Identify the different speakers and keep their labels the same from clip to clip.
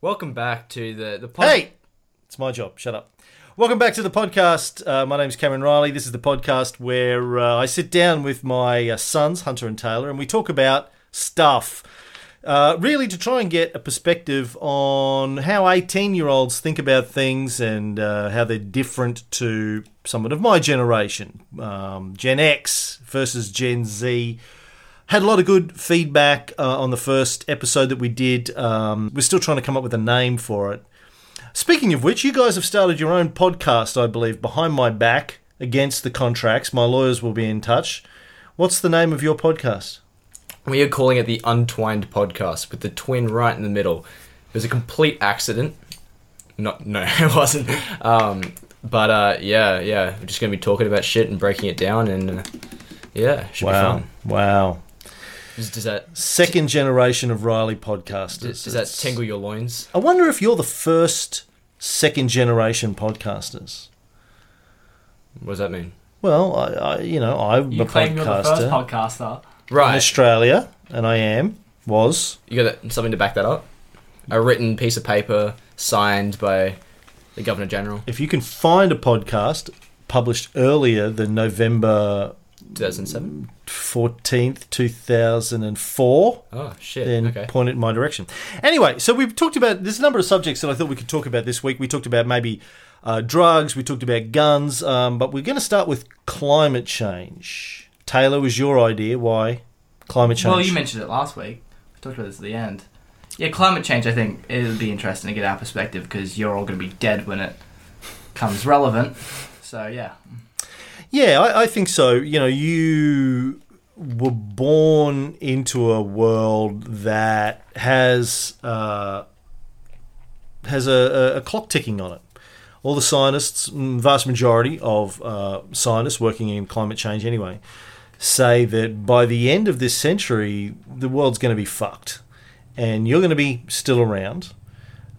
Speaker 1: Welcome back to the the pod-
Speaker 2: Hey, it's my job. Shut up. Welcome back to the podcast. Uh, my name's Cameron Riley. This is the podcast where uh, I sit down with my uh, sons, Hunter and Taylor, and we talk about stuff. Uh, really, to try and get a perspective on how 18 year olds think about things and uh, how they're different to someone of my generation. Um, Gen X versus Gen Z had a lot of good feedback uh, on the first episode that we did. Um, we're still trying to come up with a name for it. Speaking of which, you guys have started your own podcast, I believe, behind my back against the contracts. My lawyers will be in touch. What's the name of your podcast?
Speaker 1: We are calling it the Untwined Podcast with the twin right in the middle. It was a complete accident. Not, no, it wasn't. Um, but uh, yeah, yeah, we're just gonna be talking about shit and breaking it down, and uh, yeah, should be fun.
Speaker 2: Wow.
Speaker 1: Does, does that
Speaker 2: Second generation of Riley podcasters.
Speaker 1: does, does that
Speaker 2: It's-
Speaker 1: tingle your loins?
Speaker 2: I wonder if you're the first second generation podcasters.
Speaker 1: What does that mean?
Speaker 2: Well, I, I you know, I'm
Speaker 3: You
Speaker 2: a
Speaker 3: claim you're the first
Speaker 2: podcaster
Speaker 3: podcaster.
Speaker 2: in
Speaker 1: Right,
Speaker 2: Australia, and I am, was.
Speaker 1: you got that, something to back that up? A written piece of paper signed by the Governor General,
Speaker 2: If you can find a podcast published earlier than November
Speaker 1: 2007.
Speaker 2: 14th, 2004,
Speaker 1: Oh shit!
Speaker 2: then
Speaker 1: okay.
Speaker 2: point it in my direction. Anyway, so we've talked about there's a number of subjects that I thought we could talk about this week. We talked about maybe uh, drugs, we talked about guns, um, but we're going to start with climate change. Taylor was your idea. Why climate change?
Speaker 3: Well, you mentioned it last week. We talked about this at the end. Yeah, climate change. I think it would be interesting to get our perspective because you're all going to be dead when it comes relevant. So yeah,
Speaker 2: Yeah, I, I think so. You know, you were born into a world that has uh, has a, a, a clock ticking on it. All the scientists, mm, vast majority of uh, scientists working in climate change, anyway, say that by the end of this century, the world's going to be fucked, and you're going to be still around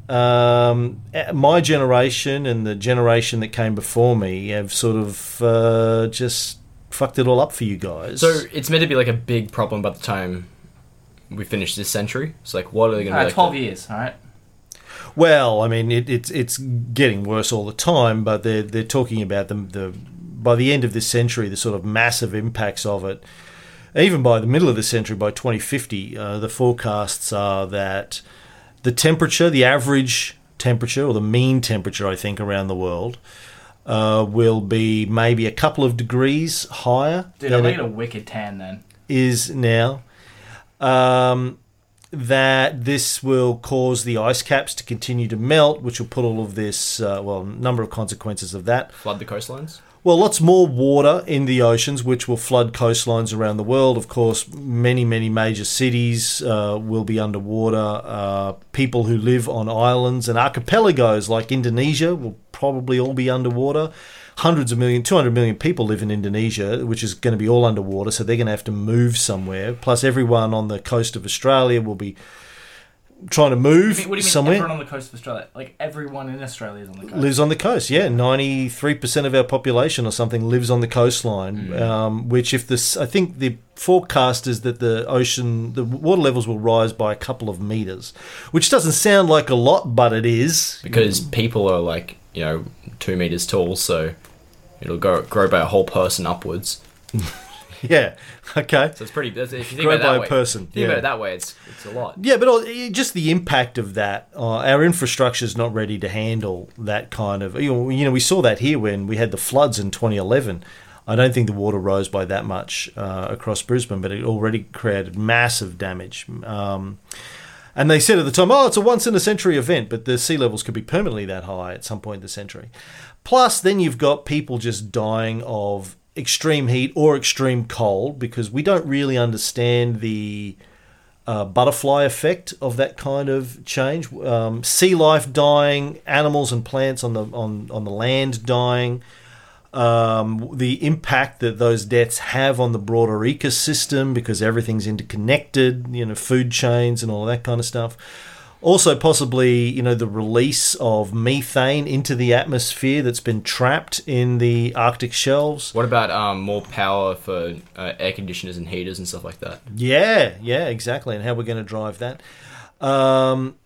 Speaker 2: um, eh, my generation and the generation that came before me have sort of uh, just fucked it all up for you guys.
Speaker 1: So it's meant to be like a big problem by the time we finish this century. It's like what are they going to
Speaker 3: uh,
Speaker 1: be?
Speaker 3: twelve
Speaker 1: like,
Speaker 3: years. All right.
Speaker 2: well, I mean, it, it's it's getting worse all the time, but they're they're talking about the the by the end of this century, the sort of massive impacts of it. Even by the middle of the century, by 2050, uh, the forecasts are that the temperature, the average temperature, or the mean temperature, I think, around the world, uh, will be maybe a couple of degrees higher
Speaker 3: Dude,
Speaker 2: than
Speaker 3: I'm
Speaker 2: it
Speaker 3: gonna get a wicked tan then.
Speaker 2: is now um, that this will cause the ice caps to continue to melt, which will put all of this, uh, well, number of consequences of that.
Speaker 1: flood the coastlines.
Speaker 2: Well, lots more water in the oceans, which will flood coastlines around the world. Of course, many, many major cities uh, will be underwater. Uh, people who live on islands and archipelagos like Indonesia will probably all be underwater. Hundreds of million, 200 million people live in Indonesia, which is going to be all underwater, so they're going to have to move somewhere. Plus, everyone on the coast of Australia will be trying to
Speaker 3: What
Speaker 2: move
Speaker 3: do you mean, what do you mean
Speaker 2: somewhere
Speaker 3: everyone on the coast of Australia? Like everyone in Australia is on the coast.
Speaker 2: lives on the coast. Yeah, ninety three percent of our population or something lives on the coastline. Um, which, if this, I think the forecast is that the ocean, the water levels will rise by a couple of meters, which doesn't sound like a lot, but it is.
Speaker 1: because people are like you know two meters tall, so it'll go grow by a whole person upwards.
Speaker 2: Yeah. Okay.
Speaker 1: So it's pretty. that's- If you think
Speaker 2: Grow
Speaker 1: about it that
Speaker 2: by a
Speaker 1: way,
Speaker 2: person,
Speaker 1: Think about
Speaker 2: yeah.
Speaker 1: it that way. It's it's a lot.
Speaker 2: Yeah, but all- just the impact of that. Uh, our infrastructure is not ready to handle that kind of. You know, you know, we saw that here when we had the floods in 2011. I don't think the water rose by that much uh, across Brisbane, but it already created massive damage. Um, and they said at the time, oh, it's a once in a century event, but the sea levels could be permanently that high at some point in the century. Plus, then you've got people just dying of extreme heat or extreme cold because we don't really understand the uh, butterfly effect of that kind of change. Um, sea life dying, animals and plants on the on, on the land dying. Um, the impact that those deaths have on the broader ecosystem because everything's interconnected, you know, food chains and all that kind of stuff. Also, possibly, you know, the release of methane into the atmosphere that's been trapped in the Arctic shelves.
Speaker 1: What about um, more power for uh, air conditioners and heaters and stuff like that?
Speaker 2: Yeah, yeah, exactly. And how we're going to drive that. Um,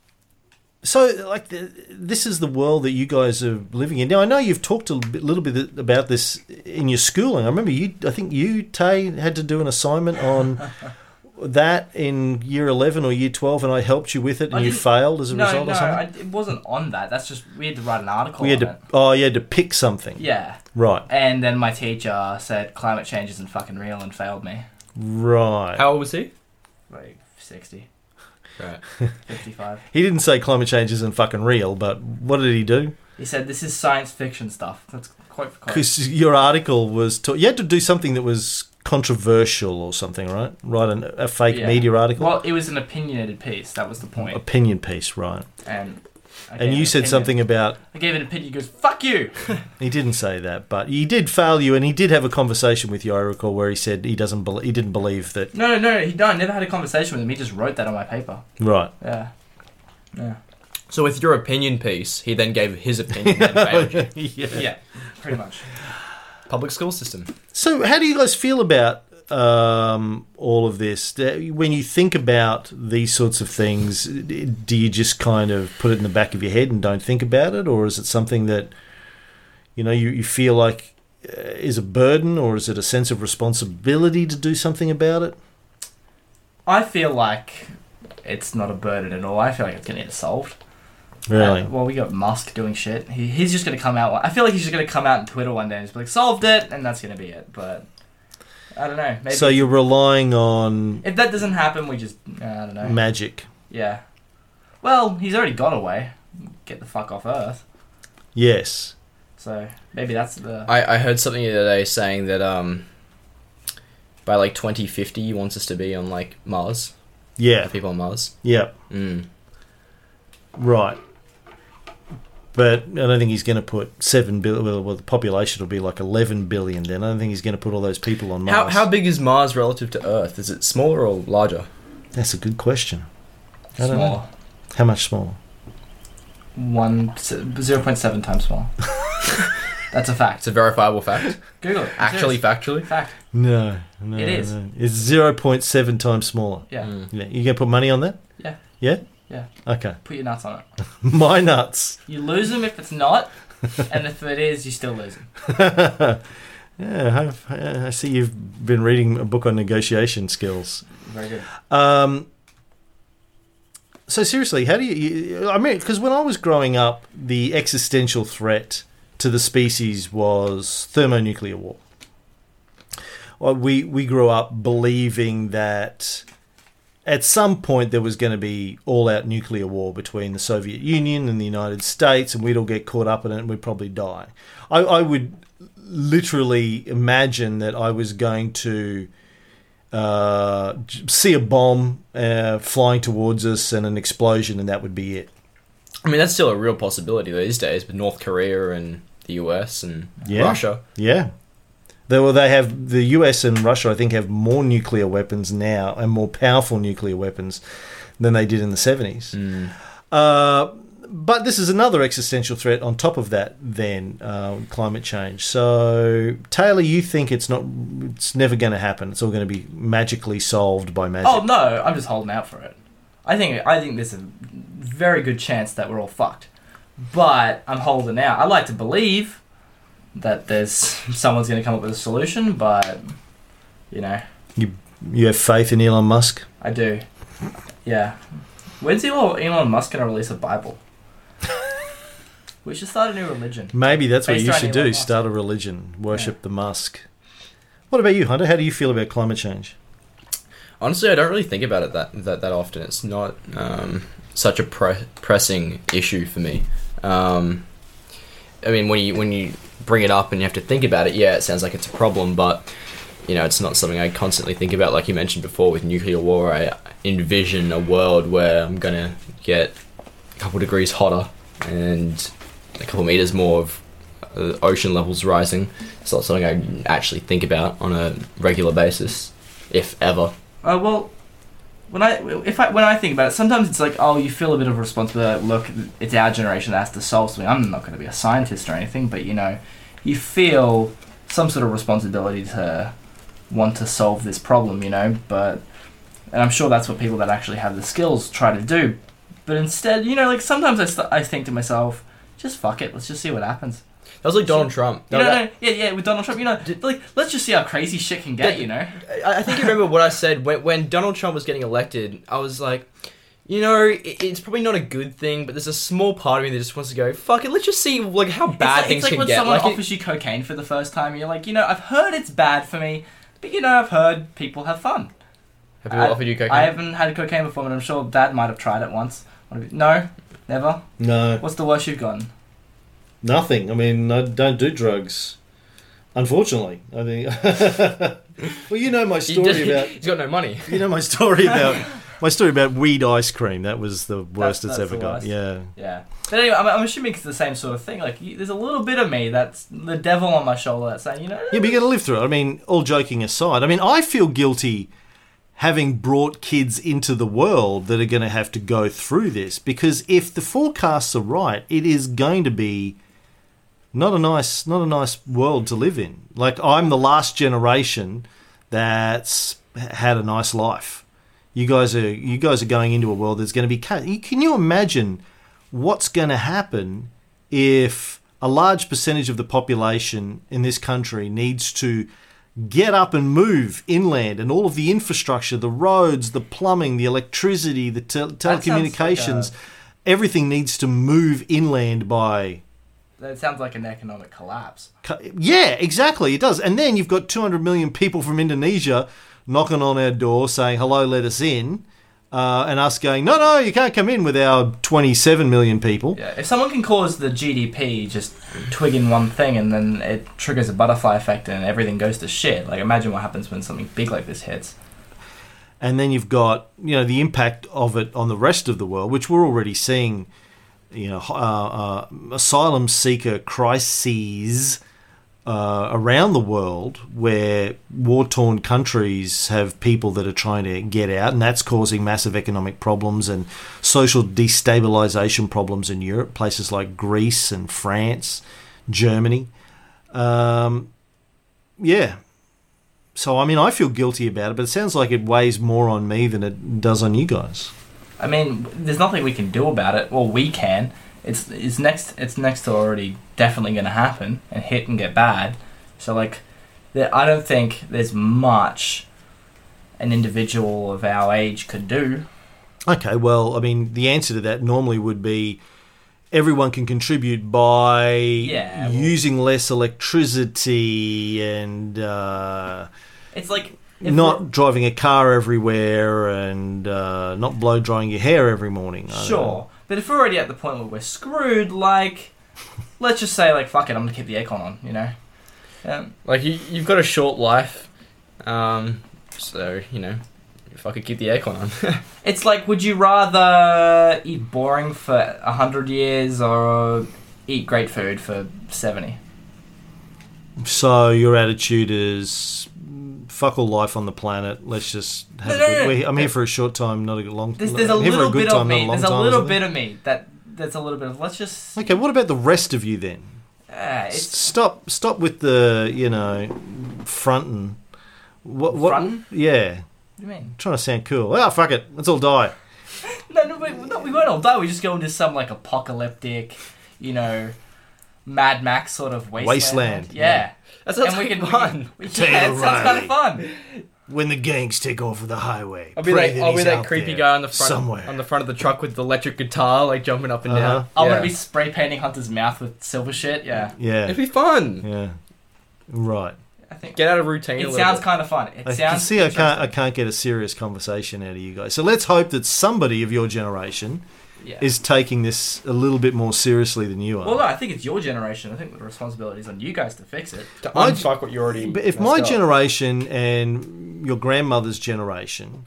Speaker 2: so like the, this is the world that you guys are living in now. I know you've talked a bit- little bit about this in your schooling. I remember you. I think you Tay had to do an assignment on. That in year eleven or year twelve, and I helped you with it, and
Speaker 3: I
Speaker 2: you
Speaker 3: didn't-
Speaker 2: failed as a
Speaker 3: No,
Speaker 2: result,
Speaker 3: no,
Speaker 2: or something.
Speaker 3: I, it wasn't on that. That's just we had to write an article.
Speaker 2: we had
Speaker 3: on
Speaker 2: to. Oh, you had to pick something.
Speaker 3: It. Yeah,
Speaker 2: Right.
Speaker 3: and then my teacher said climate change isn't fucking real and failed me.
Speaker 2: Right.
Speaker 1: How old was he?
Speaker 3: Like 60,
Speaker 1: Right.
Speaker 3: 55.
Speaker 2: He didn't say climate change isn't fucking real, but what did he do?
Speaker 3: He said this is science fiction stuff. That's quite for quite.
Speaker 2: Because your article was ta- you had to do something that was controversial or something, right? Write an, a fake
Speaker 3: Yeah.
Speaker 2: media article,
Speaker 3: Well, it was an opinionated piece. That was the point.
Speaker 2: opinion piece, right?
Speaker 3: And I gave
Speaker 2: and you
Speaker 3: an
Speaker 2: said
Speaker 3: opinion.
Speaker 2: something about
Speaker 3: I gave an opinion. He goes, "Fuck you."
Speaker 2: he didn't say that, but he did fail you, and he did have a conversation with you. I recall where he said he doesn't bel he didn't believe that.
Speaker 3: No, no, no. He, no, I never had a conversation with him. He just wrote that on my paper.
Speaker 2: Right?
Speaker 3: Yeah. Yeah.
Speaker 1: So with your opinion piece, he then gave his opinion. and failed you.
Speaker 2: yeah.
Speaker 3: Yeah. Pretty much.
Speaker 1: Public school system.
Speaker 2: So, how do you guys feel about um, all of this? Do- When you think about these sorts of things, do you just kind of put it in the back of your head and don't think about it, or is it something that you know you, you feel like uh, is a burden, or is it a sense of responsibility to do something about it?
Speaker 3: I feel like it's not a burden at all. I feel like it's gonna get solved.
Speaker 2: Really?
Speaker 3: Uh, well, we got Musk doing shit. He, he's just gonna come out. I feel like he's just gonna come out on Twitter one day and just be like, "Solved it," and that's gonna be it. But I don't know. Maybe
Speaker 2: so you're relying on
Speaker 3: if that doesn't happen, we just I don't know.
Speaker 2: magic.
Speaker 3: Yeah. Well, he's already got away. Get the fuck off Earth.
Speaker 2: Yes.
Speaker 3: So maybe that's the.
Speaker 1: I, I heard something the other day saying that um, by like 2050, he wants us to be on like Mars.
Speaker 2: Yeah.
Speaker 1: People on Mars.
Speaker 2: Yeah.
Speaker 1: Mm.
Speaker 2: Right. But I don't think he's going to put seven billion. Well, well, the population will be like eleven billion. Then I don't think he's going to put all those people on
Speaker 1: How
Speaker 2: Mars.
Speaker 1: how big is Mars relative to Earth? Is it smaller or larger?
Speaker 2: That's a good question. I don't know.
Speaker 3: Small.
Speaker 2: How much smaller?
Speaker 3: One zero point seven times small. that's a
Speaker 1: It's
Speaker 3: fact.
Speaker 1: a verifiable fact.
Speaker 3: Google it. I'm
Speaker 1: Actually,
Speaker 3: serious.
Speaker 1: factually.
Speaker 3: fact.
Speaker 2: No, no,
Speaker 3: It is.
Speaker 2: no. It's zero point seven times smaller.
Speaker 3: Yeah.
Speaker 1: Mm.
Speaker 2: Yeah, You going to put money on that?
Speaker 3: Yeah.
Speaker 2: Yeah.
Speaker 3: Yeah.
Speaker 2: Okay.
Speaker 3: Put your nuts on it.
Speaker 2: My nuts.
Speaker 3: You lose them if it's not, and if it is, you still lose them.
Speaker 2: yeah, I've- I see you've been reading a book on negotiation skills.
Speaker 3: Very good.
Speaker 2: Um, so seriously, how do you? you I mean, because when I was growing up, the existential threat to the species was thermonuclear war. Well, we we grew up believing that at some point there was going to be all-out nuclear war between the Soviet Union and the United States, and we'd all get caught up in it, and we'd probably die. I, I would literally imagine that I was going to uh, j- see a bomb uh, flying towards us and an explosion, and that would be it.
Speaker 1: I mean, that's still a real possibility these days with North Korea and the US and
Speaker 2: Yeah.
Speaker 1: Russia.
Speaker 2: Yeah. They, well, they have the US and Russia, I think, have more nuclear weapons now and more powerful nuclear weapons than they did in the 70s.
Speaker 1: Mm.
Speaker 2: Uh, but this is another existential threat on top of that, then uh, climate change. So, Taylor, you think it's not, it's never going to happen. It's all going to be magically solved by magic.
Speaker 3: Oh no, I'm just holding out for it. I think I think there's a very good chance that we're all fucked, but I'm holding out. I like to believe that there's someone's going to come up with a solution, but you know,
Speaker 2: You have faith in Elon Musk?
Speaker 3: I do. Yeah. When's Elon, Elon Musk going to release a Bible? we should start a new religion.
Speaker 2: Maybe that's what
Speaker 3: Based
Speaker 2: you
Speaker 3: on
Speaker 2: should
Speaker 3: Elon
Speaker 2: do:
Speaker 3: Musk.
Speaker 2: start a religion, worship the Musk. What about you, Hunter? How do you feel about climate change?
Speaker 1: Honestly, I don't really think about it that that, that often. It's not um, such a pre- pressing issue for me. Um, I mean, when you when you bring it up and you have to think about it, yeah, it sounds like it's a problem, but you know, it's not something I constantly think about. Like you mentioned before, with nuclear war, I envision a world where I'm gonna get a couple degrees hotter and a couple meters more of uh, ocean levels rising. It's not something I actually think about on a regular basis, if ever.
Speaker 3: Uh, well, when I if I when I think about it, sometimes it's like, oh, you feel a bit of responsibility. Look, it's our generation that has to solve something. I'm not going to be a scientist or anything, but you know, you feel some sort of responsibility to want to solve this problem, you know. But and I'm sure that's what people that actually have the skills try to do. But instead, you know, like sometimes I, st- I think to myself, just fuck it, let's just see what happens.
Speaker 1: That was like Donald Trump.
Speaker 3: You
Speaker 1: No,
Speaker 3: know,
Speaker 1: that-
Speaker 3: no, yeah, yeah, with Donald Trump, you know, like let's just see how crazy shit can get, you know.
Speaker 1: I, I think you remember what I said when, when Donald Trump was getting elected. I was like, you know, it, it's probably not a good thing, but there's a small part of me that just wants to go, fuck it, let's just see like how bad
Speaker 3: it's like,
Speaker 1: things
Speaker 3: it's like
Speaker 1: can
Speaker 3: when
Speaker 1: get.
Speaker 3: someone
Speaker 1: Like, it-
Speaker 3: offers you cocaine for the first time, and you're like, you know, I've heard it's bad for me, but you know, I've heard people have fun.
Speaker 1: have people
Speaker 3: I-
Speaker 1: offered you cocaine?
Speaker 3: I haven't had cocaine before, but I'm sure Dad might have tried it once. What have you- No, never.
Speaker 2: No,
Speaker 3: What's the worst you've gotten?
Speaker 2: nothing. I mean, I don't do drugs. Unfortunately, I think. well, you know my
Speaker 1: He
Speaker 2: story
Speaker 1: just-
Speaker 2: about
Speaker 1: he's got no money.
Speaker 2: you know my story about my story about weed ice cream. That was the worst
Speaker 3: That's-
Speaker 2: it's
Speaker 3: that's
Speaker 2: ever
Speaker 3: the
Speaker 2: got.
Speaker 3: worst.
Speaker 2: Yeah.
Speaker 3: Yeah. But anyway, I'm, I'm assuming it's the same sort of thing. Like, you, there's a little bit of me that's the devil on my shoulder that's saying, you know,
Speaker 2: Yeah, but you got to live through it. I mean, all joking aside, I mean, I feel guilty having brought kids into the world that are going to have to go through this because if the forecasts are right, it is going to be not a nice, not a nice world to live in. Like I'm the last generation that's had a nice life. You guys are you guys are going into a world that's going to be. ca- you- Can you imagine what's going to happen if a large percentage of the population in this country needs to get up and move inland and all of the infrastructure, the roads, the plumbing, the electricity, the tel
Speaker 3: sounds like
Speaker 2: telecommunications,
Speaker 3: a-
Speaker 2: everything needs to move inland by
Speaker 3: that sounds like an economic collapse.
Speaker 2: Cu- Yeah, exactly. It does. And then you've got 200 million people from Indonesia knocking on our door saying, hello, let us in. Uh, and us going, no, no, you can't come in with our 27 million people.
Speaker 3: Yeah. If someone can cause the GDP just twigging one thing and then it triggers a butterfly effect and everything goes to shit, like, imagine what happens when something big like this hits.
Speaker 2: And then you've got, you know, the impact of it on the rest of the world, which we're already seeing, you know, uh, uh, asylum seeker crises uh, around the world where war torn countries have people that are trying to get out, and that's causing massive economic problems and social destabilization problems in Europe, places like Greece and France, Germany. Um, yeah. So, I mean, I feel guilty about it, but it sounds like it weighs more on me than it does on you guys.
Speaker 3: I mean, there's nothing we can do about it. Well, we can. It's it's next. It's next to already definitely going to happen and hit and get bad. So like, there, I don't think there's much an individual of our age could do.
Speaker 2: Okay, well, I mean, the answer to that normally would be everyone can contribute by
Speaker 3: Yeah, well-
Speaker 2: using less electricity and uh,
Speaker 3: It's like if
Speaker 2: not driving a car everywhere and uh, not blow drying your hair every morning. I
Speaker 3: we're-
Speaker 2: don't know.
Speaker 3: sure, but if we're already at the point where we're screwed, like, let's just say like fuck it, I'm gonna keep the aircon on. You know. Um,
Speaker 1: Like you, you've got a short life, um, so you know, if I could keep the aircon on.
Speaker 3: It's like, would you rather eat boring for a hundred years or eat great food for seventy?
Speaker 2: So your attitude is mm, fuck all life on the planet. Let's just have
Speaker 3: No,
Speaker 2: a
Speaker 3: no,
Speaker 2: good.
Speaker 3: no,
Speaker 2: we're- I'm
Speaker 3: no.
Speaker 2: here for a short time, not a long.
Speaker 3: There's, there's a
Speaker 2: I'm here for
Speaker 3: little
Speaker 2: good
Speaker 3: bit of
Speaker 2: time, not
Speaker 3: me.
Speaker 2: long
Speaker 3: There's a
Speaker 2: time or
Speaker 3: little
Speaker 2: something.
Speaker 3: bit of me that that's a little bit of. Let's just.
Speaker 2: Okay, what about the rest of you then?
Speaker 3: Uh,
Speaker 2: S-
Speaker 3: it's
Speaker 2: Stop! Stop with the you know fronting. What? What?
Speaker 3: Frontin'?
Speaker 2: Yeah,
Speaker 3: what do you mean?
Speaker 2: trying to sound cool. Ah, fuck it. Let's all die.
Speaker 3: No, no, we, no, we won't all die. We just go into some like apocalyptic, you know, Mad Max sort of wasteland.
Speaker 2: Wasteland,
Speaker 3: Yeah.
Speaker 1: That sounds like fun.
Speaker 3: We can,
Speaker 2: Taylor
Speaker 3: yeah, it sounds kind
Speaker 2: Riley.
Speaker 3: of fun.
Speaker 2: When the gangs take over the highway,
Speaker 1: I'll be
Speaker 2: pray
Speaker 1: like,
Speaker 2: that
Speaker 1: I'll
Speaker 2: he's
Speaker 1: be that
Speaker 2: out
Speaker 1: creepy
Speaker 2: there
Speaker 1: guy on the front
Speaker 2: somewhere.
Speaker 1: on the front of the truck with the electric guitar, like jumping up and
Speaker 2: Uh-huh.
Speaker 1: down.
Speaker 3: I want
Speaker 1: Yeah.
Speaker 3: to be spray painting Hunter's mouth with silver shit. Yeah,
Speaker 2: yeah,
Speaker 1: It'd be fun.
Speaker 2: yeah, right.
Speaker 3: I think
Speaker 1: Get out of routine. a
Speaker 3: it
Speaker 1: little
Speaker 3: sounds
Speaker 1: bit.
Speaker 3: kind of fun. It
Speaker 2: I can
Speaker 3: sounds.
Speaker 2: see I can't I can't get a serious conversation out of you guys. So let's hope that somebody of your generation
Speaker 3: Yeah.
Speaker 2: is taking this a little bit more seriously than you are.
Speaker 3: well, no, I think it's your generation. I think the responsibility is on you guys to fix it.
Speaker 1: to
Speaker 2: My-
Speaker 1: unfuck what you already.
Speaker 2: But if
Speaker 1: messed
Speaker 2: my
Speaker 1: up.
Speaker 2: generation and your grandmother's generation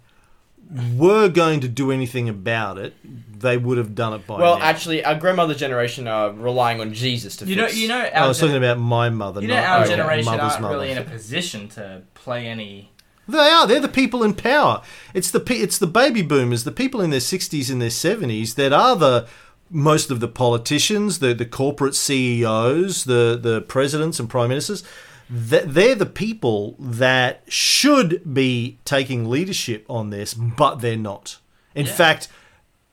Speaker 2: were going to do anything about it, they would have done it by
Speaker 1: well,
Speaker 2: now.
Speaker 1: actually, our grandmother's generation are relying on Jesus to
Speaker 3: You know,
Speaker 1: fix.
Speaker 3: you know.
Speaker 2: Oh, I
Speaker 3: our
Speaker 2: was
Speaker 3: gen-
Speaker 2: talking about my mother,
Speaker 3: You know,
Speaker 2: not
Speaker 3: our
Speaker 1: okay.
Speaker 3: generation
Speaker 2: mother's
Speaker 3: aren't
Speaker 2: mother.
Speaker 3: really in a position to play any.
Speaker 2: They are. They're the people in power. It's the pe- it's the baby boomers, the people in their sixties and their seventies that are the most of the politicians, the the corporate CEOs, the the presidents and prime ministers. Th- They're the people that should be taking leadership on this, but they're not. In
Speaker 3: Yeah.
Speaker 2: fact,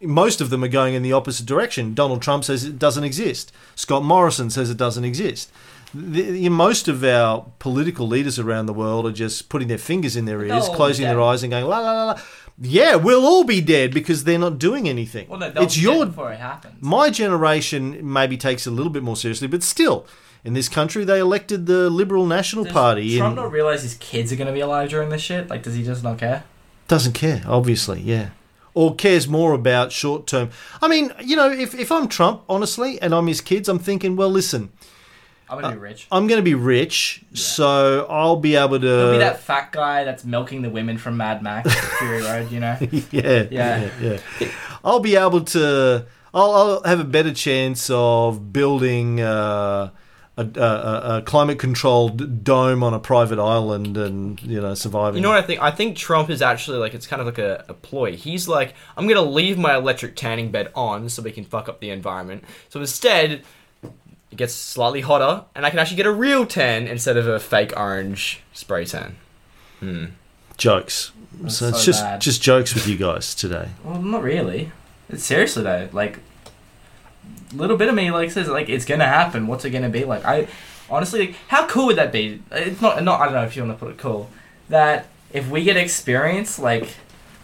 Speaker 2: most of them are going in the opposite direction. Donald Trump says it doesn't exist. Scott Morrison says it doesn't exist. The, the- most of our political leaders around the world are just putting their fingers in their
Speaker 3: They'll
Speaker 2: ears,
Speaker 3: all be
Speaker 2: closing their
Speaker 3: dead.
Speaker 2: eyes, and going la la la la. Yeah, we'll all be dead because they're not doing anything.
Speaker 3: Well, no, they'll
Speaker 2: it's
Speaker 3: be
Speaker 2: your
Speaker 3: dead before it happens.
Speaker 2: my generation maybe takes it a little bit more seriously, but still, in this country, they elected the Liberal National
Speaker 3: Does
Speaker 2: Party
Speaker 3: Trump
Speaker 2: and
Speaker 3: not realize his kids are going to be alive during this shit? Like, does he just not care?
Speaker 2: doesn't care, obviously, yeah. Or cares more about short term. I mean, you know, if, if I'm Trump, honestly, and I'm his kids, I'm thinking, well, listen,
Speaker 3: I'm gonna
Speaker 2: Uh,
Speaker 3: be rich.
Speaker 2: I'm going to be rich,
Speaker 3: Yeah.
Speaker 2: so I'll be able
Speaker 3: He'll be
Speaker 2: to.
Speaker 3: that fat guy that's milking the women from Mad Max Fury Road. You know,
Speaker 2: yeah,
Speaker 3: Yeah.
Speaker 2: yeah, yeah. I'll be able to. I'll, I'll have a better chance of building uh, a, a, a, a climate-controlled dome on a private island and you know surviving.
Speaker 1: You know what I think? I think Trump is actually like it's kind of like a, a ploy. He's like, I'm gonna leave my electric tanning bed on so we can fuck up the environment. So instead, it gets slightly hotter, and I can actually get a real tan instead of a fake orange spray tan. Hmm.
Speaker 2: jokes.
Speaker 3: That's
Speaker 2: so it's
Speaker 3: so
Speaker 2: just
Speaker 3: bad.
Speaker 2: just jokes with you guys today.
Speaker 3: well, not really. It's seriously though, like, little bit of me like says like it's gonna happen. What's it gonna be like? I honestly, like, how cool would that be? It's not, not. I don't know if you want to put it cool. That if we get experience like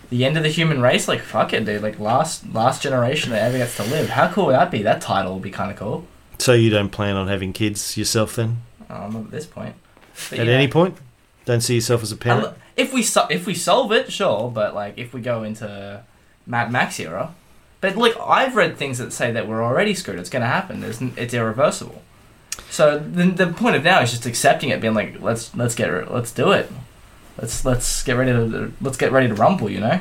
Speaker 3: the end of the human race, like fuck it, dude. Like last last generation that ever gets to live. How cool would that be? That title would be kind of cool.
Speaker 2: So you don't plan on having kids yourself then?
Speaker 3: Um, at this point. But
Speaker 2: At
Speaker 3: yeah.
Speaker 2: any point, don't see yourself as a parent.
Speaker 3: Unle- if we so- if we solve it, sure, but like if we go into Mad Max era, but look, I've read things that say that we're already screwed. It's going to happen. There's, n- it's irreversible. So the, the point of now is just accepting it, being like, let's let's get re- let's do it. Let's let's get ready to let's get ready to rumble. You know.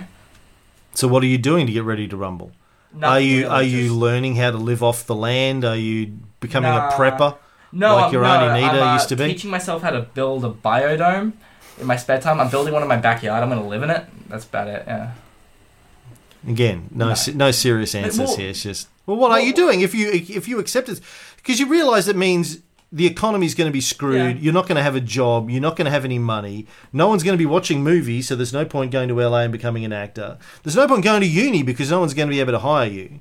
Speaker 2: so what are you doing to get ready to rumble?
Speaker 3: Nothing
Speaker 2: are you
Speaker 3: really,
Speaker 2: are you
Speaker 3: just-
Speaker 2: learning how to live off the land? Are you becoming
Speaker 3: Nah.
Speaker 2: a prepper?
Speaker 3: no,
Speaker 2: like
Speaker 3: I'm-
Speaker 2: your
Speaker 3: no,
Speaker 2: Auntie Nita
Speaker 3: I'm, uh,
Speaker 2: used to be?
Speaker 3: Teaching myself how to build a biodome in my spare time. I'm building one in my backyard. I'm going to live in it. That's about it. Yeah.
Speaker 2: Again, no
Speaker 3: No.
Speaker 2: se- no serious
Speaker 3: But
Speaker 2: answers
Speaker 3: what-
Speaker 2: here. It's just well, what are you
Speaker 3: what-
Speaker 2: doing if you if you accept it? Because you realise it means the economy's going to be screwed.
Speaker 3: Yeah.
Speaker 2: You're not going to have a job. You're not going to have any money. No one's going to be watching movies, so there's no point going to LA and becoming an actor. There's no point going to uni because no one's going to be able to hire you.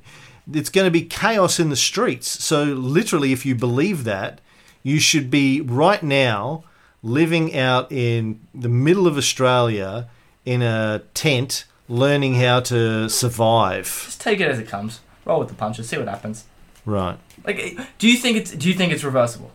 Speaker 2: It's going to be chaos in the streets. So literally, if you believe that, you should be right now living out in the middle of Australia in a tent learning how to survive.
Speaker 3: Just take it as it comes. Roll with the punches. See what happens.
Speaker 2: Right.
Speaker 3: Like, eh, do you think it's do you think it's reversible?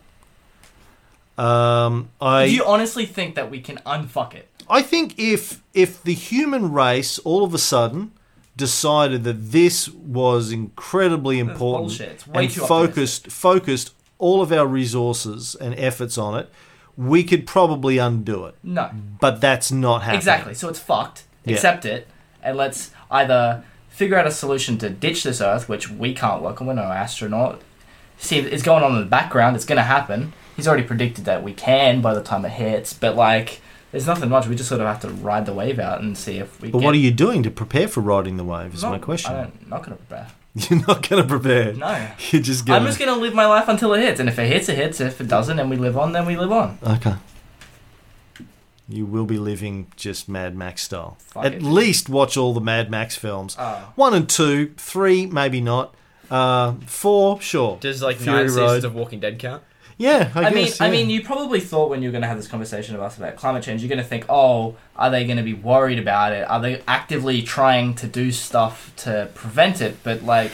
Speaker 2: Um, I
Speaker 3: do you honestly think that we can unfuck it?
Speaker 2: I think if if the human race all of a sudden decided that this was incredibly
Speaker 3: That's
Speaker 2: important
Speaker 3: bullshit. It's way
Speaker 2: and
Speaker 3: too optimistic.
Speaker 2: focused focused all of our resources and efforts on it, we could probably undo it.
Speaker 3: No,
Speaker 2: But that's not happening.
Speaker 3: exactly. So it's fucked.
Speaker 2: Yeah.
Speaker 3: Accept it, and let's either figure out a solution to ditch this Earth, which we can't work on. We're no astronaut. See, it's going on in the background. It's gonna happen. He's already predicted that we can by the time it hits. But like, there's nothing much. We just sort of have to ride the wave out and see if we.
Speaker 2: But
Speaker 3: get,
Speaker 2: what are you doing to prepare for riding the wave? Is
Speaker 3: Not-
Speaker 2: my question.
Speaker 3: I don't, not gonna prepare.
Speaker 2: You're not going to prepare.
Speaker 3: No.
Speaker 2: You're just going.
Speaker 3: I'm just gonna live my life until it hits, and if it hits, it hits. If it doesn't, and we live on, then we live on.
Speaker 2: Okay. You will be living just Mad Max style.
Speaker 3: Fuck
Speaker 2: At
Speaker 3: it.
Speaker 2: least watch all the Mad Max films.
Speaker 3: Oh.
Speaker 2: One and two, three maybe not. Uh, four, sure.
Speaker 1: Does like
Speaker 2: Fury
Speaker 1: nine seasons
Speaker 2: Road.
Speaker 1: of Walking Dead count?
Speaker 2: Yeah, I,
Speaker 3: I, mean,
Speaker 2: guess.
Speaker 3: I
Speaker 2: yeah.
Speaker 3: mean, you probably thought when you were going to have this conversation with us about climate change, you're going to think, oh, are they going to be worried about it? Are they actively trying to do stuff to prevent it? But like,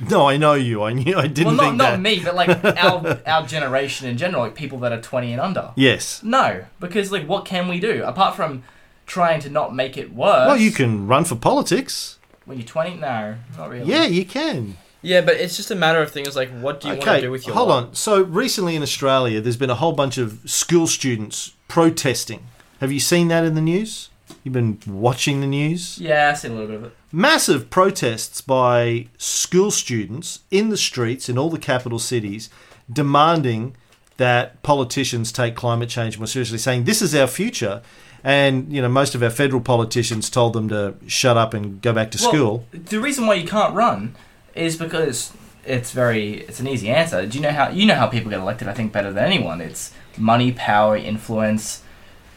Speaker 2: no, I know you. I knew. I didn't
Speaker 3: well,
Speaker 2: think
Speaker 3: not
Speaker 2: that.
Speaker 3: not me, but like our our generation in general, like people that are 20 and under.
Speaker 2: Yes.
Speaker 3: No, because like, what can we do apart from trying to not make it worse?
Speaker 2: Well, you can run for politics.
Speaker 3: When you're 20, no, not really.
Speaker 2: Yeah, you can.
Speaker 1: Yeah, but it's just a matter of things like what do you want
Speaker 2: okay,
Speaker 1: to do with your
Speaker 2: hold
Speaker 1: life?
Speaker 2: on. So recently in Australia, there's been a whole bunch of school students protesting. Have you seen that in the news? You've been watching the news.
Speaker 3: Yeah, I've seen a little bit of it.
Speaker 2: Massive protests by school students in the streets in all the capital cities demanding that politicians take climate change more seriously, saying this is our future. And, you know, most of our federal politicians told them to shut up and go back to
Speaker 3: Well,
Speaker 2: school.
Speaker 3: The reason why you can't run is because it's very it's an easy answer. Do you know how you know how people get elected? I think better than anyone. It's money, power, influence,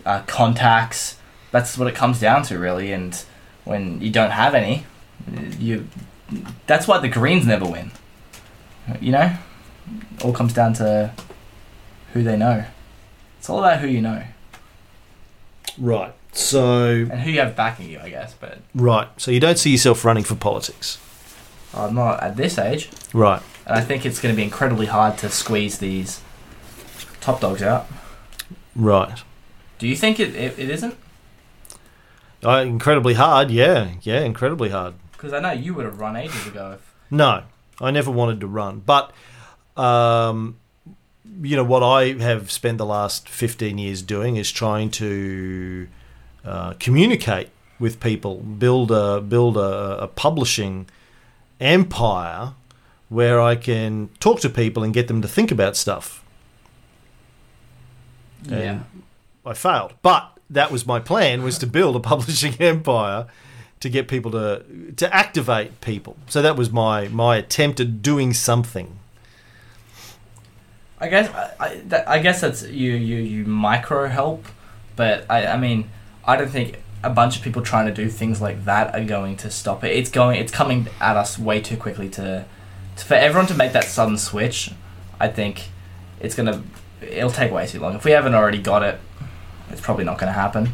Speaker 3: uh, contacts. That's what it comes down to, really. And when you don't have any, you that's why the Greens never win. You know, all comes down to who they know. It's all about who you know
Speaker 2: Right. So
Speaker 3: and who you have backing you, I guess. But
Speaker 2: right. So you don't see yourself running for politics.
Speaker 3: I'm not at this age,
Speaker 2: Right.
Speaker 3: and I think it's going to be incredibly hard to squeeze these top dogs out.
Speaker 2: Right.
Speaker 3: Do you think it it, it isn't?
Speaker 2: Uh, incredibly hard. Yeah. Yeah. Incredibly hard.
Speaker 3: Because I know you would have run ages ago. If,
Speaker 2: No, I never wanted to run. But, um, you know, what I have spent the last 15 years doing is trying to uh, communicate with people, build a, build a, a publishing empire where I can talk to people and get them to think about stuff. Yeah.
Speaker 3: yeah.
Speaker 2: I failed. But that was my plan was to build a publishing empire to get people to to activate people. So that was my my attempt at doing something.
Speaker 3: I guess I, I, that, I guess that's you you you micro help, but I I mean I don't think a bunch of people trying to do things like that are going to stop it. It's going it's coming at us way too quickly to, to for everyone to make that sudden switch. I think it's gonna it'll take way too long. If we haven't already got it, it's probably not gonna happen.